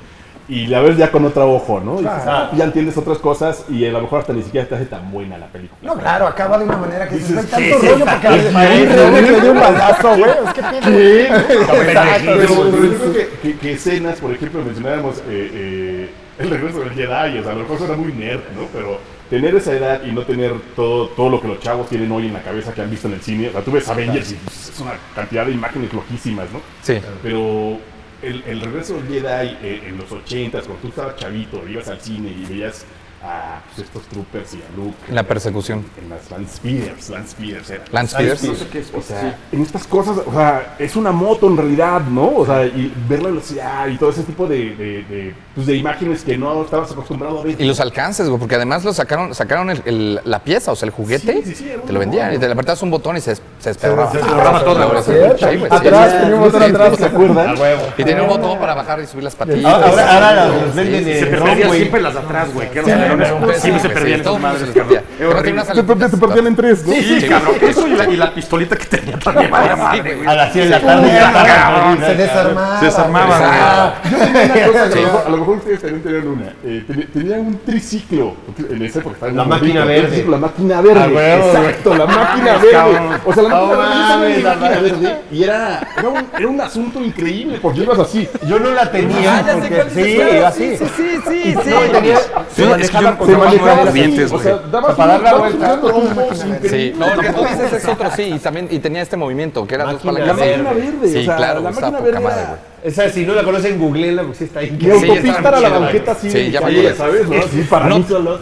H: Y la ves ya con otro ojo, ¿no? Y dices, ah, ya entiendes otras cosas y a lo mejor hasta ni siquiera te hace tan buena la película.
G: No, claro, acaba de una manera que dices,
H: Dices,
G: hay tanto rollo porque le dio un balazo, güey. Es que
H: ¿Qué?
G: Exacto,
H: Pero,
G: sí,
H: pero
G: sí,
H: yo creo que, que- que escenas, por ejemplo, mencionábamos eh, eh, el regreso del Jedi, o sea, a lo mejor suena muy nerd, ¿no? Pero tener esa edad y no tener todo, todo lo que los chavos tienen hoy en la cabeza que han visto en el cine, o sea, tú ves Avengers y pues, es una cantidad de imágenes loquísimas, ¿no?
D: Sí.
H: Pero el, el regreso del Jedi eh, en los 80s, cuando tú estabas chavito, ibas al cine y veías a pues, estos troopers y a Luke.
D: En la persecución.
H: En las Lance Speeders, Lance Speeders era.
D: Lance
H: Ay,
D: Speeders.
H: sí,
D: No
E: sé qué es,
H: o sea,
E: sí.
H: en estas cosas, o sea, es una moto en realidad, ¿no? O sea, y ver la velocidad y todo ese tipo de, de- de, pues, de imágenes que no estabas acostumbrado a ver.
D: Y los alcances, güey, porque además lo sacaron, sacaron el- el- la pieza, o sea, el juguete,
H: Sí, sí, sí, era
D: te lo
H: una
D: vendían
H: bomba.
D: y te le apretabas un botón y se, se esperaba.
G: se
H: desperraba todo, güey.
G: Atrás, tenía un botón atrás.
H: ¿Se acuerdan?
D: Y tenía un botón para bajar y subir las patillas.
I: Ahora, ahora, ahora los
D: Sí,
I: venden
D: sí,
I: en
E: Se
I: Ron,
E: perdían
I: Eh, güey.
E: siempre las de atrás, güey. Que
D: Sí,
E: eran
D: era un
E: pelones.
D: peso,
E: Sí, se
D: güey,
E: perdían
D: Pues, todo
E: esas
D: el mundo
E: madres,
D: se los
E: cabrón.
D: perdía.
E: Era
D: Pero tenía
E: horrible.
D: unas alitas,
H: en tres, ¿no?
E: Sí, cabrón, eso y la, y la pistolita que tenía también, vaya madre, güey.
I: A las 100 de la tarde.
E: Cabrón,
G: se desarmaba.
E: Se desarmaban, güey.
D: Ah,
H: Pues, A lo mejor- a lo mejor ustedes también tenían una. Eh, ten- tenía un triciclo. En esa época estaba
I: La
H: muy
I: máquina
H: bonito,
I: verde.
H: triciclo, La máquina verde.
I: Ah, huevo,
H: Exacto, la máquina
E: mames,
H: verde.
E: cabrón.
H: O sea, la
I: No
H: máquina verde, yo sabía
I: mames,
H: de
I: la
H: máquina
I: madre.
H: verde. Y era, era, un, era un asunto increíble porque ibas así. Ah,
I: Yo no la tenía. porque- Sí, iba así.
D: Sí, sí, sí, sí.
I: No tenía. Se
E: es que
I: manejaba
E: yo-
I: con
E: se
I: trabajo de
E: manejaba los
I: así.
E: dientes,
H: O sea,
E: güey.
H: dabas
I: Para dar la
H: dabas
I: vuelta.
H: dando tumbos
D: Sí,
H: increíbles.
D: no, lo que tú dices es otro, sí, y también y tenía este movimiento, que era dos
I: Máquina
H: La
D: palancas.
I: verde.
H: máquina verde.
D: Sí,
H: o sea,
D: claro,
H: la
D: estaba
H: máquina
D: poca
H: verde.
D: madre,
H: era-
D: güey.
I: Esa, si no la conocen, googleenla porque sí está
H: Mi
I: increíble.
D: Sí, ya
H: autopista
D: estaba
H: a la
D: chida,
H: banqueta
D: güey.
H: así.
D: Sí, ya
H: ya
D: me acuerdo.
H: ¿sabes? ¿no? Sí, para
D: No.
H: mí solo.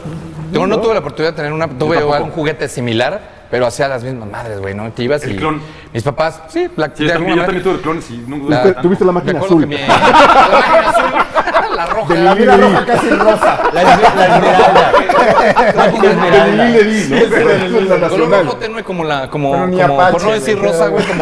D: Yo no tuve la oportunidad de tener una, tuve un juguete similar, pero hacía las mismas madres, güey, ¿no? Te ibas
E: El
D: y
E: clon.
D: mis papás, sí, la,
E: Sí, yo también, yo también tuve el clon, sí, no
D: La-
E: tanto.
H: ¿Tuviste la
D: Me
H: máquina
D: acuerdo que
H: azul?
D: mi- la máquina azul, la roja,
H: La vida roja
G: casi rosa.
I: La, la esmeralda.
D: la máquina esmeralda.
H: Del Lili Ledi, ¿no? La
D: Color
H: nacional.
D: rojo tenue como la, como,
G: Pero ni
D: como-
G: Apache,
D: por no
G: güey,
D: decir
G: queda
D: rosa, güey,
G: bien.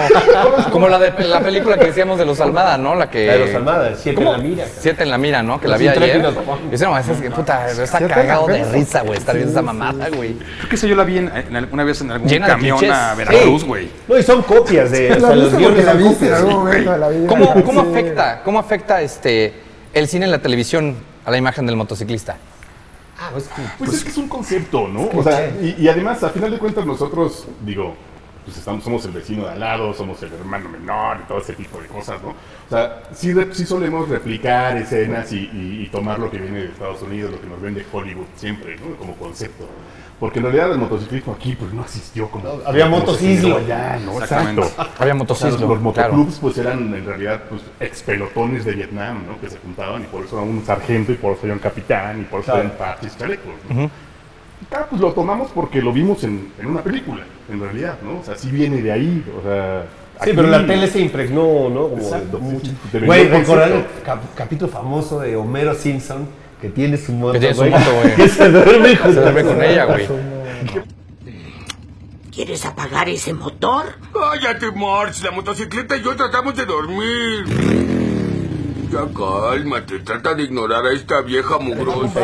D: como, como la de la película que decíamos de los Almada, ¿no? La que.
I: La de los Almada, el Siete en
D: ¿Cómo?
I: la mira, cabrón.
D: Siete en la mira, ¿no? Que la
I: Los
D: vi ayer.
I: intrépidos.
D: Dice, no, es que puta, está
G: Siete en la
D: cagado de
G: mira.
D: risa, güey, estar viendo esa mamada, güey.
E: Creo que eso yo la vi en- en al- una vez en algún
D: Llena de
E: camión
D: clichés.
E: a Veracruz,
D: Sí.
E: güey.
I: No, y son copias de. O
G: La
I: sea, los
G: viste porque
I: guiones
G: la
I: son
G: viste en
I: copias.
G: algún momento de la vida.
D: ¿Cómo, cómo
G: Sí.
D: afecta, cómo afecta este el cine en la televisión a la imagen del motociclista?
I: Ah, pues,
H: Pues, es que es un concepto, ¿no? O sea, y, y además, a final de cuentas, nosotros, digo, pues estamos, somos el vecino de al lado, somos el hermano menor y todo ese tipo de cosas, ¿no? O sea, sí, re- sí solemos replicar escenas y, y- y tomar lo que viene de Estados Unidos, lo que nos vende Hollywood siempre, ¿no? Como concepto. Porque en realidad el motociclismo aquí pues no asistió como...
I: había
H: como se
I: motosislo.
H: dio allá, ¿no?
E: Exactamente.
H: Exacto.
D: Había
H: O sea, los,
D: motociclo,
H: los
D: claro.
H: motoclubs pues eran en realidad pues, ex pelotones de Vietnam, ¿no? Que se juntaban y por eso era un sargento y por eso era un capitán y por eso eran parches chalecos, ¿no? Y claro, pues lo tomamos porque lo vimos en, en una película, en realidad, ¿no? O sea, sí viene de ahí, o sea...
I: Sí,
H: aquí-
I: pero la tele se impregnó, ¿no? Como
H: Exacto, sí,
I: mucho.
H: sí, te vendió
I: Mm. Güey,
H: el concepto.
I: recordar el cap- capítulo famoso de Homero Simpson que tiene su moto,
D: tiene su
I: güey.
D: moto, güey.
I: Que se duerme con,
D: Se duerme con ella, güey.
J: ¿Quieres apagar ese motor?
K: Cállate, March. La motocicleta y yo tratamos de dormir. Ya cálmate. Trata de ignorar a esta vieja mugrosa.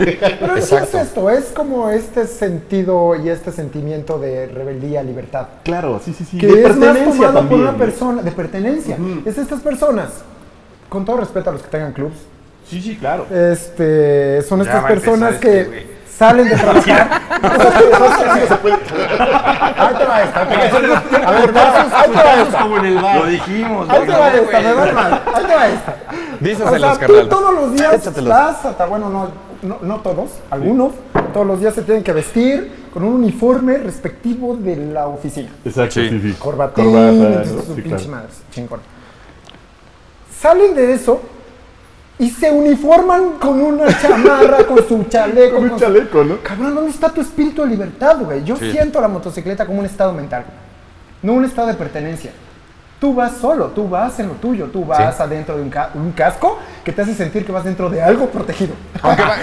G: Pero sí es esto, es como este sentido y este sentimiento de rebeldía, libertad.
L: Claro, sí, sí, sí.
G: que
L: de
G: es más
L: pertenencia
G: tomado por
L: también,
G: una
L: ¿no?
G: persona, de pertenencia. Es estas personas, con todo respeto a los que tengan clubs,
L: Sí, sí, claro.
G: Eh, este, son
E: Ya
G: estas
E: va a empezar
G: personas
E: este
G: que
E: güey.
G: salen de trabajar.
L: Ahí te va
H: Ah,
L: esta.
G: A ver, da sus- ahí te va esta,
L: como en el
E: Lo dijimos,
G: ahí te
E: güey.
G: va esta, me va mal, ahí te va esta. O
D: Díseselos,
G: sea,
D: carnal.
G: tú todos los días
D: Échatelos.
G: vas hasta- bueno, no, no, no todos, algunos, todos los días se tienen que vestir con un uniforme respectivo de la oficina.
L: Exacto, sí, sí.
G: Corbatín,
L: Corbata,
G: su
L: sí,
G: pinche
L: claro.
G: madre, chingón. Salen de eso y se uniforman con una chamarra, con su chaleco.
L: Con un
G: con su-
L: chaleco, ¿no?
G: Cabrón, ¿dónde está tu espíritu de libertad, güey? Yo siento la motocicleta como un estado mental, no un estado de pertenencia. Tú vas solo, tú vas en lo tuyo, tú vas adentro de un, ca- un casco que te hace sentir que vas dentro de algo protegido.
L: Ah,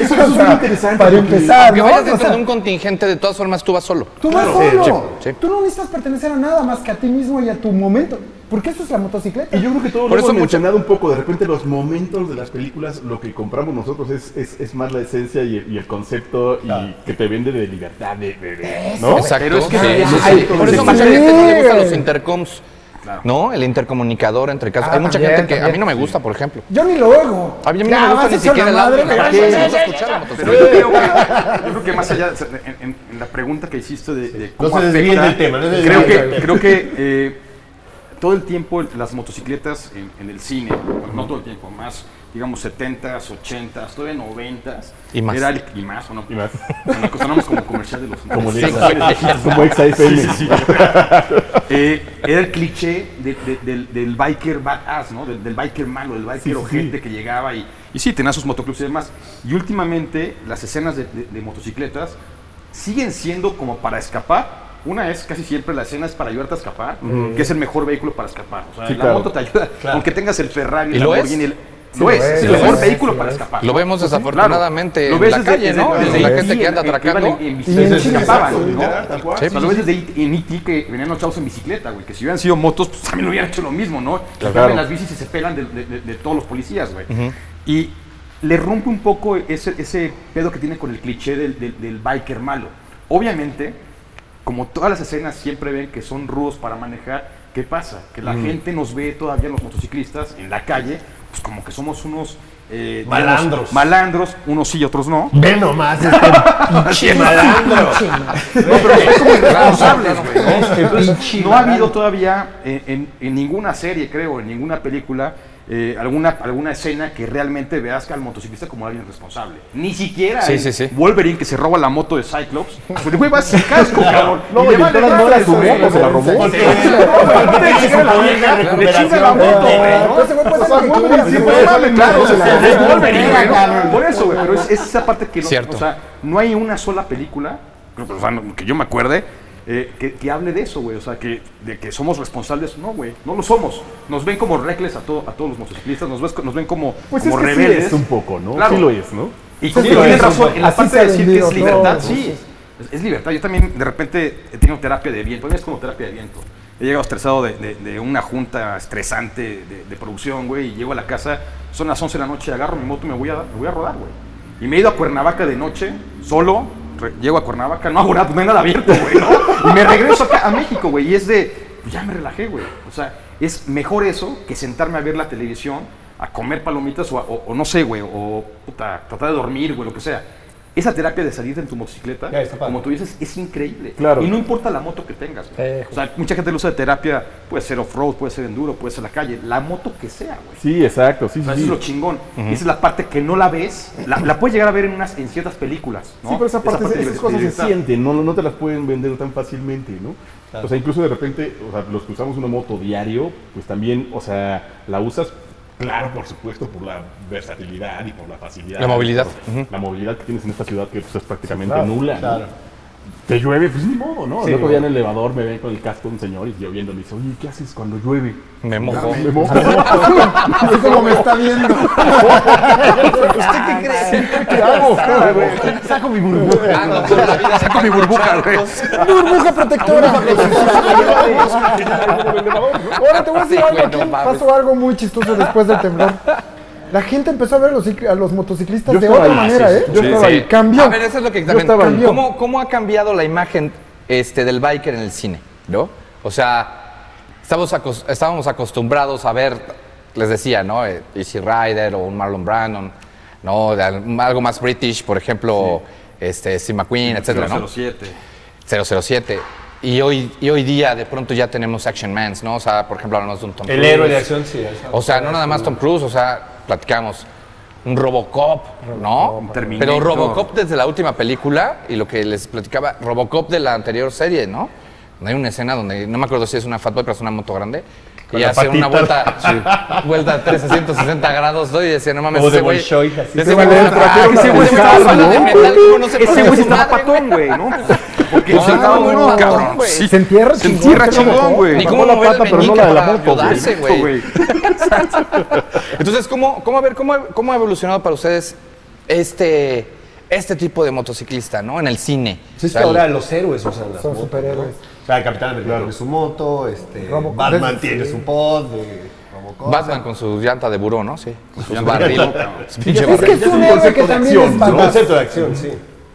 L: Eso es
G: O
L: muy
G: sea,
L: interesante.
G: Para
L: porque-
G: empezar,
D: Aunque
G: ¿no?
D: vayas
G: O
D: dentro
G: sea,
D: de un contingente, de todas formas tú vas solo.
G: Tú vas
L: Claro.
G: solo.
D: Sí, sí.
G: Tú no necesitas pertenecer a nada más que a ti mismo y a tu momento. Porque eso es la motocicleta.
L: Y yo creo que todos
D: Por
L: lo
D: eso
L: hemos
D: mucha-
L: mencionado un poco. De repente, los momentos de las películas, lo que compramos nosotros es, es, es más la esencia y el, y el concepto y que te vende de libertad. De, de- de- ¿No?
D: Exacto.
E: Pero es que
D: Sí,
E: hay-
D: sí, sí.
E: hay-
D: Por eso
E: sí.
D: mucha gente no le gustan los intercoms.
E: Ah.
D: ¿No? El intercomunicador entre casas.
G: Ah,
D: Hay mucha
G: también,
D: gente que a mí
G: también.
D: no me gusta, por ejemplo.
G: Yo ni lo oigo.
D: A mí no
G: Ya,
D: me gusta
G: vas
D: ni
G: hecho
D: siquiera el
G: la
D: audio.
G: madre,
D: me
G: güey.
D: gusta escuchar la
E: Pero yo
D: motocicleta.
E: creo, que, yo creo que más allá, o sea, en, en- en la pregunta que hiciste de, de cómo
L: se desvíen
E: afecta,
L: del tema, no se
E: creo
L: desvíen del
E: que,
L: tema.
E: creo que eh, todo el tiempo el- las motocicletas en, en el cine, bueno, no todo el tiempo, más digamos 70s, 80s, todavía 90s.
D: Y más.
E: Era el, y más, ¿o no?
L: Y más.
E: Bueno, sonamos como comercial de los
L: Como
E: Sí,
L: Nexa. Como Exa FM.
E: eh, era el cliché de- de- del, del biker badass, ¿no? Del, del biker malo, del biker
L: Sí, sí,
E: ojete
L: sí.
E: que llegaba y, y sí, tenía sus motoclubs y demás. Y últimamente las escenas de, de- de motocicletas siguen siendo como para escapar. Una es casi siempre la escena es para ayudarte a escapar, que es el mejor vehículo para escapar. O sea,
L: Sí,
E: la
L: claro.
E: moto te ayuda, aunque tengas el Ferrari,
D: ¿Y
E: el
D: lo es?
E: Lamborghini, el- lo es, es el
G: lo
E: mejor
G: es,
E: vehículo
G: sí,
E: para
G: lo
E: escapar.
D: Lo
E: ¿no?
D: vemos desafortunamente
E: Claro. Lo
D: en
E: ves
D: la
E: desde-
D: calle,
E: desde-
D: ¿no?
E: desde
D: la
E: que
D: gente que anda
E: iban en-
D: atracando.
E: en
G: Y en
E: bicicleta,
G: chinga,
E: escapaban,
G: exacto,
E: ¿no?
L: literal, tal cual.
E: O sea,
D: pues,
E: lo ves desde en IT que venían los chavos en bicicleta, güey. Que si hubieran sido motos, pues también hubieran hecho lo mismo, ¿no? Que
L: Claro.
E: ponen las bicis y se pelan de, de- de- de todos los policías, güey. Y le rompe un poco ese, ese pedo que tiene con el cliché del, del- del biker malo. Obviamente, como todas las escenas siempre ven que son rudos para manejar, ¿qué pasa? Que
I: Mm.
E: la gente nos ve todavía los motociclistas en la calle, pues como que somos unos... eh, digamos,
I: Malandros.
E: malandros, unos sí y otros no.
I: Ve nomás este pinche malandro.
E: irresponsables,
D: Claro,
E: güey, ¿no?
I: Este
E: Entonces,
I: pinche
E: no ha
I: malandro.
E: habido todavía en, en- en ninguna serie, creo, en ninguna película, eh, alguna, alguna escena que realmente veas al motociclista como alguien responsable. Ni siquiera
D: Sí,
E: en
D: sí, sí.
E: Wolverine que se roba la moto de Cyclops. Pues el güey va sin casco, cabrón.
L: No,
E: y
L: y
E: le
L: le
E: vale
L: todas
E: madre
L: las
E: su
L: modas,
E: moto,
L: se la robó.
E: Sí, se la robó, le chinga la moto, Le chinga la moto, güey, ¿no?
G: Pues se puede hacer lo que quiera,
L: sí,
G: güey.
L: puede ser.
E: Claro, claro, o sea,
L: Claro,
E: es
L: claro.
E: Wolverine, güey, ¿no?
L: Claro.
E: Por eso, güey, pero es, es esa parte que no,
D: Cierto.
E: o sea, no hay una sola película, creo que, o sea, no- que yo me acuerde, eh, que, que hable de eso, güey, o sea, que, de que somos responsables, no, güey, no lo somos. Nos ven como recles a, todo, a todos los motociclistas, nos, ves- nos ven como,
L: Pues es
E: como
L: que sí
E: rebeldes.
L: es un poco, ¿no?
E: Claro.
L: Sí lo es, ¿no?
E: Y
G: Sí,
E: sí,
G: lo
E: tienes
G: es,
E: razón, en la
G: así
E: parte
G: se
E: de
G: ha
E: decir que es
G: vendido
E: libertad,
G: todo,
E: sí.
G: sí,
E: Es, es libertad. Yo también de repente he tenido terapia de viento. A mí es como terapia de viento. He llegado estresado de, de- de una junta estresante de, de producción, güey, y llego a la casa, son las 11 de la noche, agarro mi moto y me voy a, me voy a rodar, güey. Y me he ido a Cuernavaca de noche, solo, re- llego a Cuernavaca, no hago nada, pues no hay nada abierto, güey, ¿no? Y me regreso acá a México, güey, y es de, pues ya me relajé, güey. O sea, es mejor eso que sentarme a ver la televisión a comer palomitas o, a- o- o no sé, güey, o puta, tratar de dormir, güey, lo que sea. Esa terapia de salir en tu motocicleta,
I: Ya, está padre.
E: como tú dices, es increíble.
L: Claro.
E: Y no importa la moto que tengas. güey. o sea, mucha gente lo usa de terapia, puede ser off-road, puede ser enduro, puede ser la calle, la moto que sea, güey.
L: Sí, exacto, sí,
E: O sea,
L: sí.
E: eso es lo chingón. Y esa es la parte que no la ves, la, la puedes llegar a ver en, unas, en ciertas películas, ¿no?
L: Sí, pero esa parte,
E: de-
L: esas
E: de
L: cosas se
E: libertad.
L: sienten, no, no, no te las pueden vender tan fácilmente, ¿no? O sea, incluso de repente, o sea, los que usamos una moto diario, pues también, o sea, la usas, claro, por supuesto, por la versatilidad y por la facilidad.
D: La movilidad.
L: Por La movilidad que tienes en esta ciudad que pues, es prácticamente
I: claro,
L: nula, ¿no?
I: claro.
H: Te llueve, pues ni modo, ¿no?
M: Sí,
H: el otro día en
M: no.
H: el elevador me ve con el casco un señor y yo viendo, me dice, oye, ¿qué haces cuando llueve?
D: Ah, Me mojo.
H: Me mojo.
G: Así como me está viendo.
H: ¿Usted qué cree? ¿Qué hago?
G: Saco mi burbuja.
E: Saco mi burbuja, güey.
G: Burbuja protectora. Ahora te voy a decir
D: Sí,
G: algo.
D: güey,
G: aquí
D: no mames.
G: pasó algo muy chistoso después del temblor. La gente empezó a ver a los, cicli- a los motociclistas
H: Yo
G: de
H: estaba
G: otra
H: ahí,
G: manera,
H: sí,
G: ¿eh?
H: sí,
G: Yo
H: sí,
G: estaba
H: sí.
G: ahí. Cambió.
D: A ver, eso es lo que
G: Yo estaba ahí.
D: exactamente. ¿Cómo, cómo ha cambiado la imagen este, del biker en el cine? ¿No? O sea, estamos acos- estábamos acostumbrados a ver, les decía, ¿no? Eh, Easy Rider o un Marlon Brandon, ¿no? De al- algo más british, por ejemplo, este, Steve McQueen, etcétera, ¿no?
E: 007.
D: 007. Y hoy, y hoy día de pronto ya tenemos action mans, ¿no? O sea, por ejemplo, hablamos de un Tom
F: El héroe de
D: Cruise.
F: acción, sí. o sea,
D: O sea, no nada más Tom Cruise, o sea, platicamos. Un Robocop, ¿no?
E: Terminator.
D: Pero Robocop desde la última película y lo que les platicaba, Robocop de la anterior serie, ¿no? Donde Hay una escena donde, no me acuerdo si es una Fatboy, pero es una moto grande. y
H: la
D: hace una vuelta,
H: patita.
D: vuelta a 360 grados, ¿no? Y decía, no mames,
F: Como de
D: ese güey.
F: Bolshoi, así.
D: Ese güey ah, ese güey estaba hablando de metal, ¿cómo no se
E: Ese
D: pone
E: güey
D: su
E: estaba
D: madre,
E: patón, güey, ¿no? Porque
D: Pues estaba
E: no,
D: muy
E: no,
D: patón,
E: cabrón,
D: güey.
E: sí.
G: Se entierra
E: Se
G: chingón,
E: entierra
G: qué loco.
E: chingón, güey.
D: Ni cómo
H: la
D: mover el
H: pata, pero no
D: meñique
H: la de la
D: para
H: moto, güey.
D: ayudarse,
E: Exacto,
D: güey. Entonces, ¿cómo, cómo, a ver, cómo, cómo ha evolucionado para ustedes este, este tipo de motociclista, ¿no? En el cine.
I: Pues
F: Sí, es
D: O sea,
F: que ahora los héroes usan las
G: Son
F: motos,
G: superhéroes.
F: ¿no? O sea, el Capitán América tiene su moto, este,
G: Robocop.
F: Batman
G: Sí.
F: tiene su pod, eh, Robocop.
D: Batman con su llanta de buró, ¿no? Sí. Con su barril. Su pinche
G: Es que
D: barril.
G: es un héroe que también es
F: Es un
G: badass.
F: concepto de acción, sí.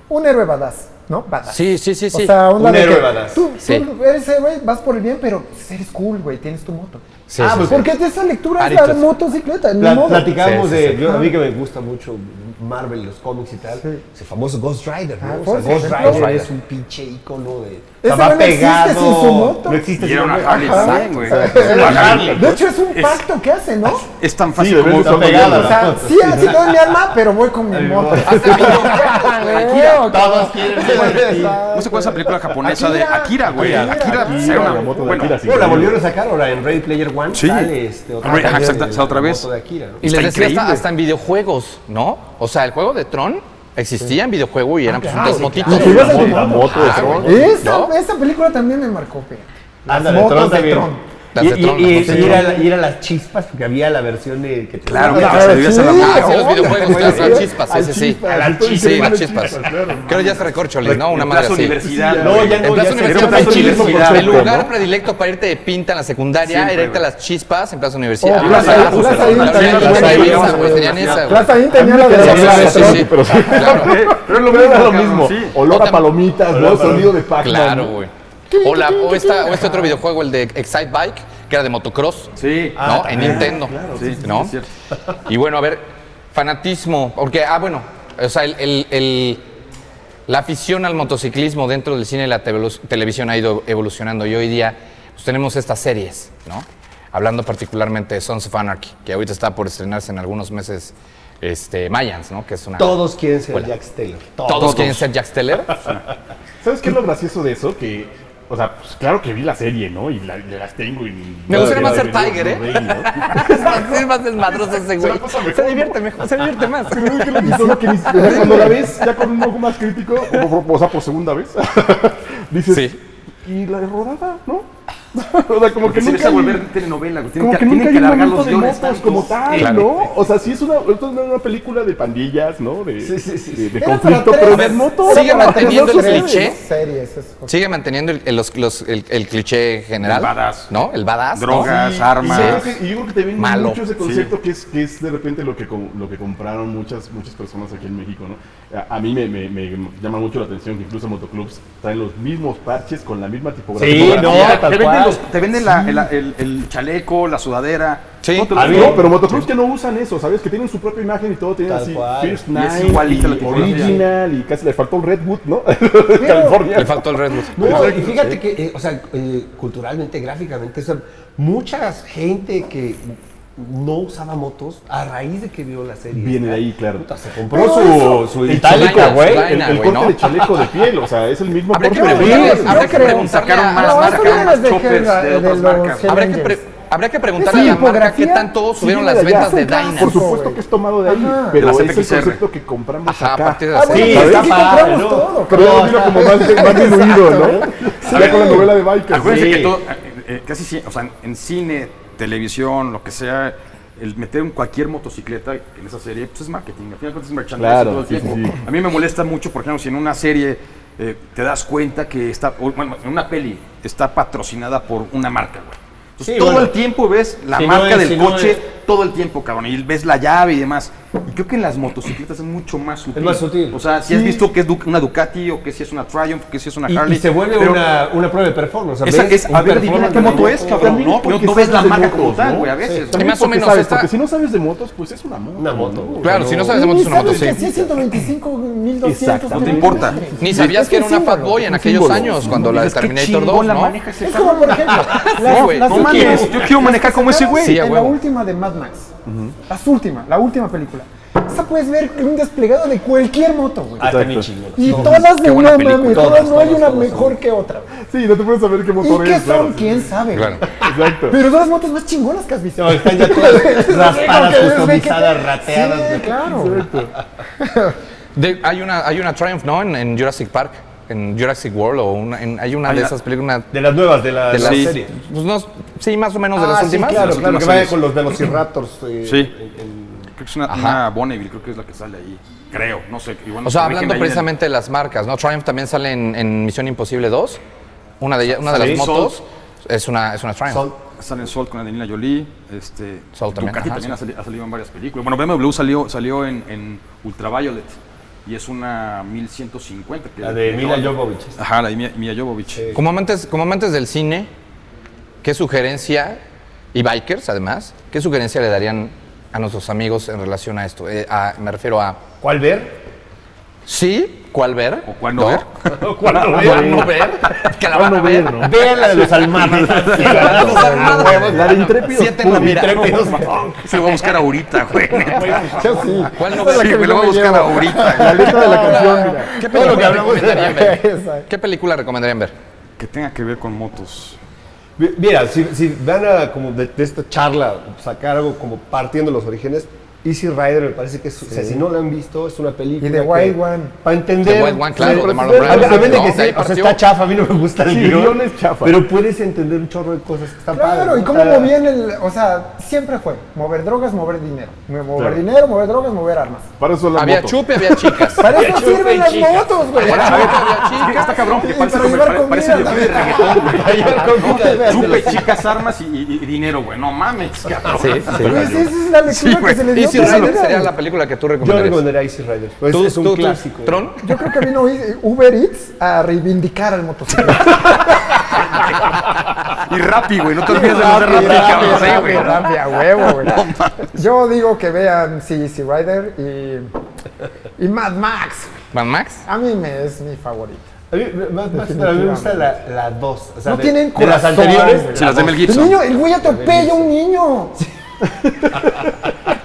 G: Un héroe badass, ¿no? Badass.
D: Sí, sí, sí, sí.
G: O sea, onda
F: Un
G: de
F: héroe
G: que
F: badass.
G: Tú,
D: Sí.
G: tú eres héroe, vas por el bien, pero pues, eres cool, güey, tienes tu moto.
D: Sí,
G: ah,
D: sí,
G: pues
D: sí.
G: porque esa lectura es
D: Aritos.
G: la motocicleta, ni
F: Pla-
G: modo.
F: platicábamos
D: Sí, sí,
F: de,
D: sí.
F: yo a mí que me gusta mucho Marvel, los cómics y tal,
G: Sí.
F: ese famoso Ghost Rider, ¿no?
G: Ah,
F: o
G: por
F: sea, Ghost
G: ejemplo.
F: Rider,
D: Ghost Rider.
F: es un pinche ícono de...
G: Ese
F: o sea, va
G: güey no existe
F: pegado,
G: sin su moto.
F: No existe
N: Y
F: sin
N: era una
F: su
N: Harley
F: moto.
N: Davidson, güey.
G: De hecho, es un pacto que hace, ¿no?
E: Es tan
H: Sí,
E: fácil
H: de
E: como...
H: vez en
F: Está
H: cuando
F: pegada
H: yo-
G: O
F: la
G: sea, sí, así todo en mi alma, pero voy con mi moto. pues,
F: Todos quieren ser
E: No sé cuál es la película japonesa de
G: Akira.
E: Akira, güey.
G: Akira,
E: Akira,
G: Akira,
E: era una
H: la moto de
E: bueno,
H: Akira, sí.
F: Bueno, la volvieron a sacar ahora en Ready Player One.
E: Sí.
F: Sale este, otra
E: Re-
F: vez.
E: ajá,
F: de-
E: está otra
F: la
E: vez.
F: moto de Akira, ¿no?
D: Y les
E: Está
D: decía hasta,
E: increíble.
D: hasta en videojuegos, ¿no? O sea, el juego de Tron existía en videojuego y eran pues unas motitos.
G: claro.
H: La
G: Esa
H: moto-
G: es
H: la moto de Tron.
G: Esa,
D: ¿No?
G: esa película también me marcó, fíjate. Las
F: Ándale,
G: motos
F: Tron
G: de
F: también.
G: Tron.
D: Las
F: Y,
D: de Tron,
F: y- y-
D: las de
F: y
D: Tron.
F: era, la- y era las chispas, porque había la versión de que te
E: Claro,
F: Ah,
E: claro, se debía hacer la
G: sí,
E: moto.
D: Ah, sí, los
G: Ahora,
D: videojuegos,
G: güey,
D: las las
G: sí.
D: chispas, sí,
G: Al
D: sí, sí.
G: chispas, al
D: Sí,
G: chispas.
D: las chispas. Creo ya se recorcholis, ¿no? Una
E: En
D: madre
E: Plaza
D: así.
E: Universidad.
F: No,
E: güey.
F: ya no,
D: En Plaza
F: ya
D: Universidad,
F: se- era
D: Plaza
F: otra
D: Universidad,
F: universidad,
D: el lugar
F: ¿no?
D: predilecto para irte de pinta en la secundaria
E: Siempre,
D: era irte a
E: güey.
D: las chispas en Plaza Universidad.
G: Oh, Plaza-
D: Ah,
G: Plaza
D: sí,
G: Inter,
D: también,
G: Plaza
D: Plaza
G: Inter,
D: Inter,
G: Plaza
D: güey,
G: Inter.
D: tenían esa, pues, güey.
G: Plaza ahí tenía la de
D: Sí,
G: la
D: sí,
G: Plaza
D: sí,
G: Tron.
D: sí. Ah,
H: pero sí.
D: Claro,
H: Pero es lo mismo, lo cabrón, mismo. sí. Olor a palomitas, ¿no? Sonido de Pac-Man.
D: claro, güey. O, la- o esta- o este otro videojuego, el de Excite Bike, que era de motocross.
E: Sí.
D: ¿no? en Nintendo. ¿no? y bueno, a ver, fanatismo, porque, ah, bueno, o sea, el, el- el- la afición al motociclismo dentro del cine y la tevelu- televisión ha ido evolucionando y hoy día pues, tenemos estas series, ¿no? Hablando particularmente de Sons of Anarchy, que ahorita está por estrenarse en algunos meses, este, Mayans, ¿no? Que es una...
F: Todos quieren ser
D: Bueno.
F: Jack Taylor.
D: todos, quieren ser Jack Steller.
H: ¿Sabes qué es lo gracioso de eso? Que, o sea, pues, claro que vi la serie, ¿no? Y la- las tengo y...
D: Me gustaría más ser
H: la- la-
D: Tiger, ¿eh?
H: Blu-ray, ¿no?
D: es más, es más desmadroso, seguro. Se divierte mejor, se divierte más.
H: Solo que ni- o sea, cuando la ves ya con un ojo más crítico, o, por- o sea, por segunda vez, dices,
D: Sí.
H: y la de rodada, ¿no? o sea, como
E: Porque
H: que
E: se empieza
H: nunca
E: a volver
H: hay,
E: telenovela, güey. Tienen
H: como
E: que,
H: que
E: tienen
H: nunca
E: que
H: hay un
E: alargar
H: momento
E: los
H: de
E: guiones.
H: motos como
E: tantos.
H: tal,
D: Claro.
H: ¿no? O sea, sí es una, esto es una- una película de pandillas, ¿no? De, de- de
G: Era para
H: conflicto,
G: tres-
H: pero
G: A ver,
H: de motos.
D: sigue
H: Era para
D: manteniendo
H: tres
D: el
H: series.
D: cliché.
G: Series, es otra.
D: Sigue manteniendo el, el- los- los- el- el cliché general.
E: El badass.
D: ¿No? El badass. ¿no?
E: Drogas, armas.
H: Y yo creo que, y yo creo que te venden
D: Malo.
H: mucho ese concepto que, es, que es de repente lo que, com- lo que compraron muchas, muchas personas aquí en México, ¿no? A, a mí me, me- me llama mucho la atención que incluso motoclubs traen los mismos parches con la misma tipografía.
F: Sí, no,
H: Tipografía,
F: tal
E: Te venden,
F: cual.
E: los- te venden la- el, el- el chaleco, la sudadera.
D: Sí.
E: No te
H: Ah,
E: los-
H: no, pero motoclubs que no usan eso, ¿sabes? Que tienen su propia imagen y todo, tienen
F: Tal
H: así
F: cual.
H: First
E: Y es
H: Nine,
E: igualita
H: y
E: la tipografía.
H: original, y casi le faltó un Redwood, ¿no? California.
D: Le faltó el Red Bull.
F: No, y fíjate que, eh, o sea, eh, culturalmente, gráficamente, o sea, mucha gente que no usaba motos a raíz de que vio la serie.
H: Viene de ahí, claro.
F: Puta, se
H: Pero
F: compró su,
H: eso,
F: su
H: el
F: Itálica,
H: chaleco, güey.
F: Sudaina,
H: El, el
F: güey,
H: corte
F: ¿no?
H: de chaleco de piel, o sea, es el mismo
D: Habrá que
H: corte
D: preguntarle-
H: de piel.
D: habrá que preguntarle a-
G: Pero eso Ah, no las de que- la- de los
D: Habrá que,
G: Hellengers.
D: pre- habrá que preguntarle
G: Esa
D: a la marca
G: tipografía
D: qué tanto
G: sí
D: subieron
G: viene
D: las
G: de allá.
D: ventas de
G: Es un
D: Dyna.
G: clásico,
H: Por supuesto que es tomado de ahí, pero
E: las
H: es el
E: FXR.
H: concepto que compramos
D: Ajá, a
H: acá.
D: partir de
G: Ah,
D: las
G: bueno,
D: seis.
G: pero
H: está
G: sí
H: padre,
G: compramos
H: ¿no?
G: todo.
H: Pero luego vino como más, más diluido, ¿no? Sí, ya con la novela de Bikers.
E: Acuérdense
H: Sí.
E: que todo, eh, eh, casi sí, o sea, en cine, televisión, lo que sea, el meter en cualquier motocicleta en esa serie, pues es marketing, al final de cuentas es merchandising
H: Claro,
E: todo el
H: sí, sí,
E: tiempo.
H: sí.
E: A mí me molesta mucho, por ejemplo, si en una serie eh, te das cuenta que está, o, bueno, en una peli está patrocinada por una marca, güey. Entonces,
F: Sí,
E: todo
F: bueno.
E: el tiempo ves la
F: Si no
E: marca
F: es-
E: del
F: si no
E: coche, todo el tiempo, cabrón, y ves la llave y demás. Y creo que en las motocicletas es mucho más sutil.
F: más sutil.
E: O sea, si has visto que es du- una Ducati, o que si es una Triumph, que si es una
F: Y,
E: Harley.
F: y se vuelve
E: pero-
F: una, una prueba de performance.
E: esa-
F: ¿ves?
E: es,
F: Un
E: a ver,
F: performance
E: adivina qué
F: de
E: moto
F: moto.
E: es, cabrón,
H: También
E: ¿no? No,
H: porque
E: no ves
H: sabes
E: la
H: de
E: marca
H: motos,
E: como tal,
H: ¿no?
E: güey, a veces.
H: También
D: Más o
H: porque
D: menos
H: sabes,
D: está-
H: Porque si no sabes de motos, pues es una moto.
F: Una moto,
H: ¿no?
F: güey.
D: Claro, si no sabes de
G: Ni
D: motos, es una moto,
G: sabes
D: sí.
G: que sí, 125, 1200.
E: No te importa.
D: Ni sabías
G: Es
D: que
G: un
D: era una
G: símbolo,
D: Fatboy en
G: un
D: aquellos
G: símbolo.
D: años, cuando la de
E: Dices, qué
D: Terminator
E: chingón
D: 2,
E: la
D: ¿no?
E: maneja ese
G: Es
E: cabrón.
G: como, por ejemplo,
D: Sí,
G: las,
D: güey.
G: las
D: No
G: últimas-
E: mames, yo quiero manejar como ese güey.
D: Sí, a
G: en la
D: huevo.
G: última de Mad Max. Las últimas, la última película. Esa puedes ver un desplegado de cualquier moto, güey.
F: Ah, está bien
H: Exacto.
F: chingona.
G: Y todas de una
D: película.
G: mame, todas,
F: Todas,
G: no hay
F: todas,
G: una
F: todas,
G: mejor
F: todas.
G: que otra. güey.
H: Sí, no te puedes saber qué
G: ¿Y
H: motor
G: qué
H: es.
G: son?
H: claro.
G: ¿Quién sabe?
D: Claro.
H: Exacto.
G: Pero son las motos más chingonas que has visto.
F: No, están ya todas raspadas,
G: Sí, como que
F: customizadas,
G: ves,
F: rateadas.
G: Sí,
F: güey.
G: claro.
D: De- hay, una, hay una Triumph, ¿no? En, en Jurassic Park, en Jurassic World, o una, en- hay una
E: Hay
D: de
E: la-
D: esas películas, una
F: De las nuevas, de la,
D: de las...
F: serie.
D: pues no, sí, más o menos de
F: Ah,
D: las
F: sí,
D: últimas.
F: claro,
E: las
F: claro,
E: últimas
F: que vaya
E: series.
F: con los Velociraptors. eh,
E: Sí.
F: en- en-
E: Creo que es una, una Bonneville, creo que es la que sale ahí. Creo, no sé. igual
D: O
E: nos
D: sea, hablando
E: corrigen ahí en el-
D: precisamente de las marcas, ¿no? Triumph también sale en, en Misión Imposible 2, una de, ellas- una de las
F: Sí,
D: motos es una, es una Triumph.
F: son-
E: Sale en Salt con Angelina Jolie. Este,
D: Salt también,
E: Ducati
D: ajá,
E: también
D: sí.
E: ha, sali- ha salido, en varias películas. Bueno, BMW salió, salió en, en Ultraviolet. Y es una 1150. que-
F: la de Mila Jovovich.
E: Ajá, la de Mia, Mia Jovovich.
D: Como amantes, como amantes del cine, ¿qué sugerencia, y bikers además, qué sugerencia le darían a nuestros amigos en relación a esto? Eh, a- me refiero a,
F: ¿Cuál ver?
D: sí, ¿cuál ver?
E: ¿O cuál no ver?
F: ¿Cuál no
D: ¿Cuál no ver? Que la van a ver, ¿no?
F: Vean la de los almanas.
H: La de Intrépidos.
D: Siete en la mira.
E: Se lo voy a buscar ahorita, güey.
F: Yo sí.
D: ¿Cuál Ah, no
F: Esa es la
D: ver?
E: Sí,
F: que
E: güey, lo
F: no
E: voy a
F: me
E: buscar
F: llevo.
E: ahorita.
H: La letra de la canción, mira.
D: ¿Qué
F: Todo lo que
D: película
F: hablamos de-
D: recomendarían ver?
G: Exacto.
D: ¿Qué película recomendarían ver?
E: Que tenga que ver con motos.
F: Mi- Mira, si, si van a como de, de esta charla sacar algo como partiendo los orígenes, Easy Rider me parece que es, o sea, si no la han visto, es una película.
G: Y The
F: que-
G: Wild One.
F: Para entender.
D: The Wild One, claro,
F: Sí,
D: de Marlon
F: a-
D: Brando,
F: A, a menos
D: ¿no?
F: de que
D: De ahí
F: sí, o sea,
D: partió.
F: está chafa, a mí no me gusta el
H: Sí, el
F: guión.
H: guión es chafa.
F: Pero puedes entender un chorro de cosas que están padres.
G: Claro, y
F: ¿no?
G: cómo
F: Está-
G: movían el. O sea, siempre fue mover drogas, mover dinero. Mover
H: Claro.
G: dinero, mover drogas, mover armas.
H: Para eso la
D: Había
H: moto.
D: chupe, había chicas.
G: Para eso sirven las motos, güey.
E: Está cabrón, porque
G: Y
E: parece,
G: para
E: comer- pare-
G: Ah, llevar
E: parece
G: comida.
E: de de reggaetón,
F: Comida,
E: güey. Chupe, chicas, armas y, y- y dinero, güey. No mames, cabrón.
D: Sí, sí.
G: Pues esa es la lectura que se le dio.
D: Easy
G: toda la
D: Rider
G: vida,
D: sería
G: güey.
D: la película que tú
F: Yo
D: recomendarías.
F: recomendaría Easy Rider. pues,
D: ¿Tú,
F: es un
D: tú, tú,
F: clásico.
D: ¿Tron?
G: Yo creo que vino Uber Eats a reivindicar al motociclista.
E: Y Rappi, güey. No te olvides de los de Rappi,
G: Rápido,
E: cabrón. sí,
G: rápido,
E: güey.
G: rápido, a huevo, güey. Yo digo que vean sí, Easy Rider y, y Mad Max.
D: ¿Van Max?
G: A mí me es mi favorita.
F: A mí, más, más, pero a mí me gusta la, la dos. O sea,
G: No
F: de-
G: tienen
F: de las
G: corazón,
F: anteriores.
G: güey.
E: Se las de Mel
G: El
E: Gibson.
G: niño, el güey atropella a un niño.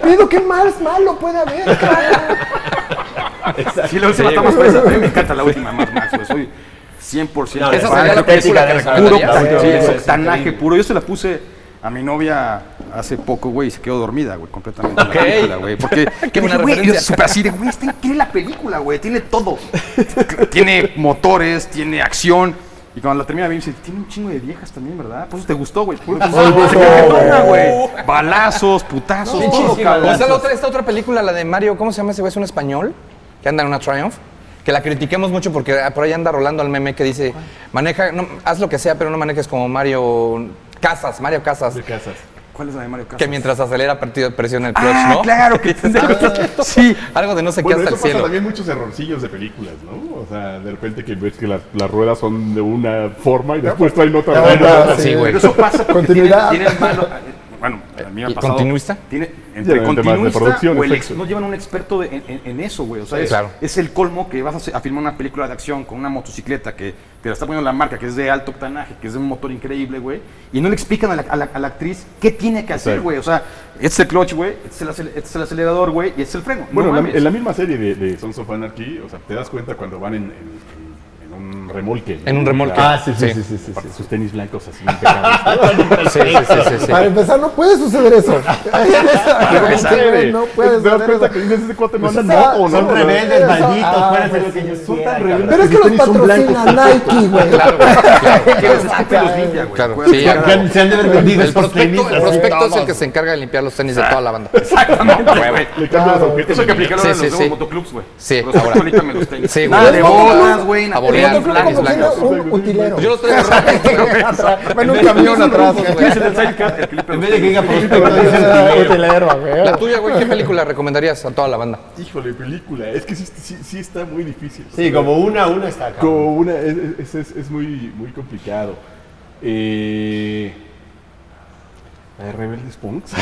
G: Pido, ¿qué más malo puede haber? cabrón?
E: Sí, la última está más presa. A mí me encanta la última, más Max, güey. Soy 100%
F: No,
E: de
D: Esa
E: fan.
D: sería la película que
E: puro,
D: recomendarías.
E: sí, es
F: sí,
E: octanaje
F: increíble.
E: puro. Yo se la puse a mi novia hace poco, güey, y se quedó dormida, güey, completamente. en la
D: Ok.
E: película, güey, porque yo
D: buena
E: dije, güey, yo
D: referencia.
E: súper así de, güey, está increíble la película, güey, tiene todo. tiene motores, tiene acción. Y cuando la termina, me dice, tiene un chingo de viejas también, ¿verdad? Por eso te gustó, güey. Por eso te gustó, güey. Balazos, putazos, todo,
D: O
E: cabrón.
D: sea, la otra, esta otra película, la de Mario, ¿cómo se llama ese güey? Es un español que anda en una Triumph. Que la critiquemos mucho porque ah, por ahí anda rolando el meme que dice, maneja, no, haz lo que sea, pero no manejes como Mario Casas, Mario Casas,
E: ¿Cuál es la de Mario Casas?
D: que mientras acelera perti- presiona el clutch,
E: Ah,
D: ¿no?
E: claro, que
D: Sí, algo de no sé qué
H: Bueno,
D: hasta el
H: eso pasa
D: cielo.
H: también muchos errorcillos de películas, ¿no? O sea, de repente que ves que las, las ruedas son de una forma y después traen otra
G: La
H: rueda.
G: verdad, sí,
D: Sí, güey.
E: Pero eso pasa porque tienen,
G: Continuidad.
E: tienen malo. eh, Bueno, a mí me ha
D: ¿Y
E: pasado.
D: continuista?
E: Tiene,
H: Llevan
E: entre
H: temas de
E: continuista
H: producción,
E: o el ex-
H: efectos.
E: No llevan un experto de- en, en- en eso, güey. O sea,
D: Sí,
E: es,
D: claro.
E: es el colmo que vas a, hacer- a filmar una película de acción con una motocicleta que te la está poniendo la marca, que es de alto octanaje, que es de un motor increíble, güey. Y no le explican a la, a la- a la actriz qué tiene que hacer,
H: Exacto.
E: güey. O sea, este es el clutch, güey, este es el, acel- este es el acelerador, güey, y este es el freno. No
H: Bueno, en la-
E: mames.
H: en la misma serie de, de Sons of Anarchy, o sea, te das cuenta cuando van en, en- en un remolque.
D: En un remolque.
H: Ah, sí, sí,
D: Sí.
H: sí. sí, sí, Sus tenis blancos así impecables.
D: Sí, sí, sí, sí, sí.
G: Para empezar, no puede suceder eso. no puede
H: Te das
G: suceder
H: cuenta
G: eso.
H: que dices, ese cuate me
G: Pues
H: anda
G: esa-
H: moto, ¿no?
G: son rebeldes, malditos,
F: Ah,
G: pueden
H: hacer lo que ellos Son tan rebeldes.
G: Pero es que
H: sus
G: los
H: tenis son
G: patrocina
H: blancos.
G: Nike, güey.
D: Claro, güey, claro,
E: Quieres decir que los limpia, güey.
D: claro.
E: Puedes
D: Sí,
E: llegar a-
D: ya-
F: Se han de haber vendido
D: El
F: estos
D: prospecto,
F: tenis.
D: el
F: así.
D: prospecto es el que se encarga de limpiar los tenis de toda la banda.
E: Exactamente, güey.
H: Le cambian los objetos.
E: Eso que aplicaron
D: Sí,
E: en los
D: sí,
E: nuevos
D: sí.
E: motoclubs, güey.
D: Sí,
E: Los
D: ahora.
E: ahorita me los tengo.
D: Sí, güey.
E: Nada de
G: Los motoclubs,
E: bolas, güey. nada de
D: abolean,
E: bolas, blancas,
G: Yo creo como que era
E: blancas.
G: un utilero.
D: Yo los traigo rojos.
G: Va en un camión atrás.
E: ¿Qué es el sidecar? El clip
F: En vez de que diga prospecto,
G: güey. Utilero,
D: La
G: güey.
D: tuya, güey, ¿qué película recomendarías a toda la banda?
H: Híjole, película. Es que sí, sí, sí está muy difícil.
F: Sí, como una, una está acá.
H: Como una, es, es- es- es muy, muy complicado. Eh, la de Rebeldes Punks.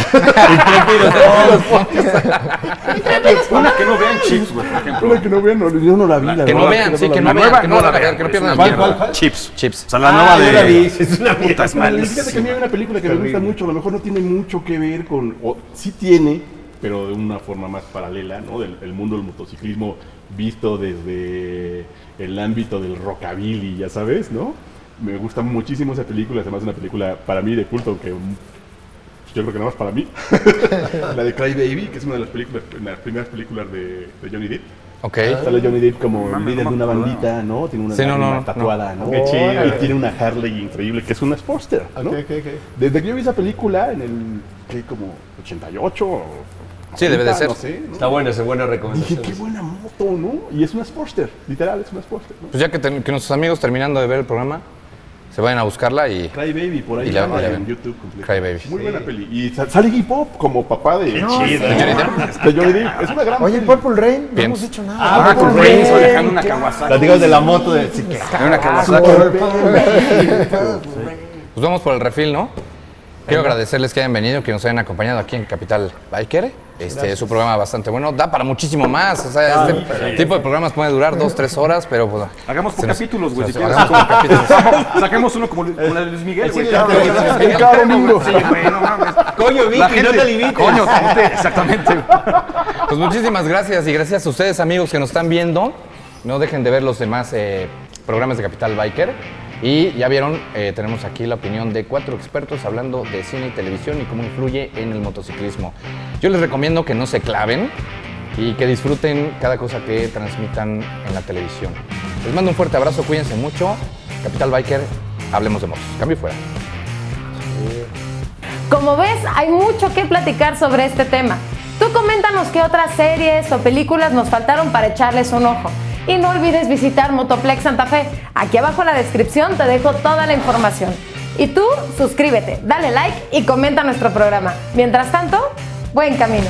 E: Una que no vean chips, güey, por ejemplo.
H: Una que no vean, no, yo no la vi. La
D: Que no
H: verdad,
D: vean, sí,
H: la
D: que
H: vi.
D: no
E: La
D: vean,
E: nueva
D: que no la vean, que no
E: güey,
D: pierdan
E: es una
D: el tiempo.
E: mierda. Chips.
D: Chips.
E: O sea, la
F: Ah,
E: nueva
F: yo
E: de...
F: la vi, es una
E: Puta, es
H: Pero Fíjate que a mí
E: malísima.
H: hay una película que me gusta
F: Terrible.
H: mucho, a lo mejor no tiene mucho que ver con, o sí tiene, pero de una forma más paralela, ¿no? Del el mundo del motociclismo visto desde el ámbito del rockabilly, ya sabes, ¿no? Me gusta muchísimo esa película, además es una película para mí de culto, aunque mm, yo creo que nada más para mí. la de Cry Baby, que es una de las películas, de las primeras películas de, de Johnny Depp.
D: Ok.
H: Sale Johnny Depp como
E: Mames,
H: líder
E: no
H: de
E: me
H: una
E: acordaba.
H: bandita, ¿no? Tiene una
D: Sí, no,
H: lágrima
D: no,
H: tatuada, ¿no?
F: Qué chido.
H: Y tiene una Harley increíble que es una Sportster, ¿no?
F: Ok, ok, ok.
H: Desde que yo vi esa película en el, ¿qué? Como 88 o
D: Sí, debe de
H: 90,
D: ser.
H: No sé, ¿no?
F: Está buena, es buena
H: Dije,
F: recomendación.
H: qué buena moto, ¿no? Y es una Sportster, literal, es una Sportster, ¿no?
D: Pues ya que, ten- que nuestros amigos terminando de ver el programa, se vayan a buscarla y...
H: Cry Baby, por ahí
D: Y la-
H: anda
D: y la
H: en
D: ven.
H: YouTube completo.
D: Cry Baby.
H: Muy buena peli. Y sa- sale Iggy Pop como papá de... de Johnny Depp. De Johnny Depp. Es una gran
G: Oye,
H: peli.
G: Purple Rain, no
D: Bien.
G: hemos dicho nada.
E: Ah, con
G: Purple
E: Reigns
G: Rain.
E: manejando una Kawasaki.
F: Platicamos de la moto de sí, que-
E: Era una Kawasaki.
D: Pues vamos por el refil, ¿no? Quiero agradecerles que hayan venido, que nos hayan acompañado aquí en Capital Biker. Este es un programa bastante bueno, da para muchísimo más. O sea, este tipo de programas puede durar dos, tres horas, pero pues.
E: Hagamos por
D: se nos-
E: capítulos, güey,
D: se-
E: si
D: se-
E: quieres.
D: Hagamos por capítulos.
E: Saquemos uno como como la de Luis Miguel, güey.
F: ya,
E: Claro,
F: ya,
E: güey.
F: ya,
E: Sí,
H: ya, cada domingo.
E: güey, no mames.
F: Coño, Vicky,
E: La
F: no
E: gente-
F: te limites.
E: Coño, no te- exactamente. güey.
D: Pues muchísimas gracias y gracias a ustedes, amigos que nos están viendo. No dejen de ver los demás eh, programas de Capital Biker. Y ya vieron, eh, tenemos aquí la opinión de cuatro expertos hablando de cine y televisión y cómo influye en el motociclismo. Yo les recomiendo que no se claven y que disfruten cada cosa que transmitan en la televisión. Les mando un fuerte abrazo, cuídense mucho. Capital Biker, hablemos de motos. Cambio y fuera.
A: Como ves, hay mucho que platicar sobre este tema. Tú coméntanos qué otras series o películas nos faltaron para echarles un ojo. Y no olvides visitar Motoplex Santa Fe. Aquí abajo en la descripción te dejo toda la información. Y tú, suscríbete, dale like y comenta nuestro programa. Mientras tanto, buen camino.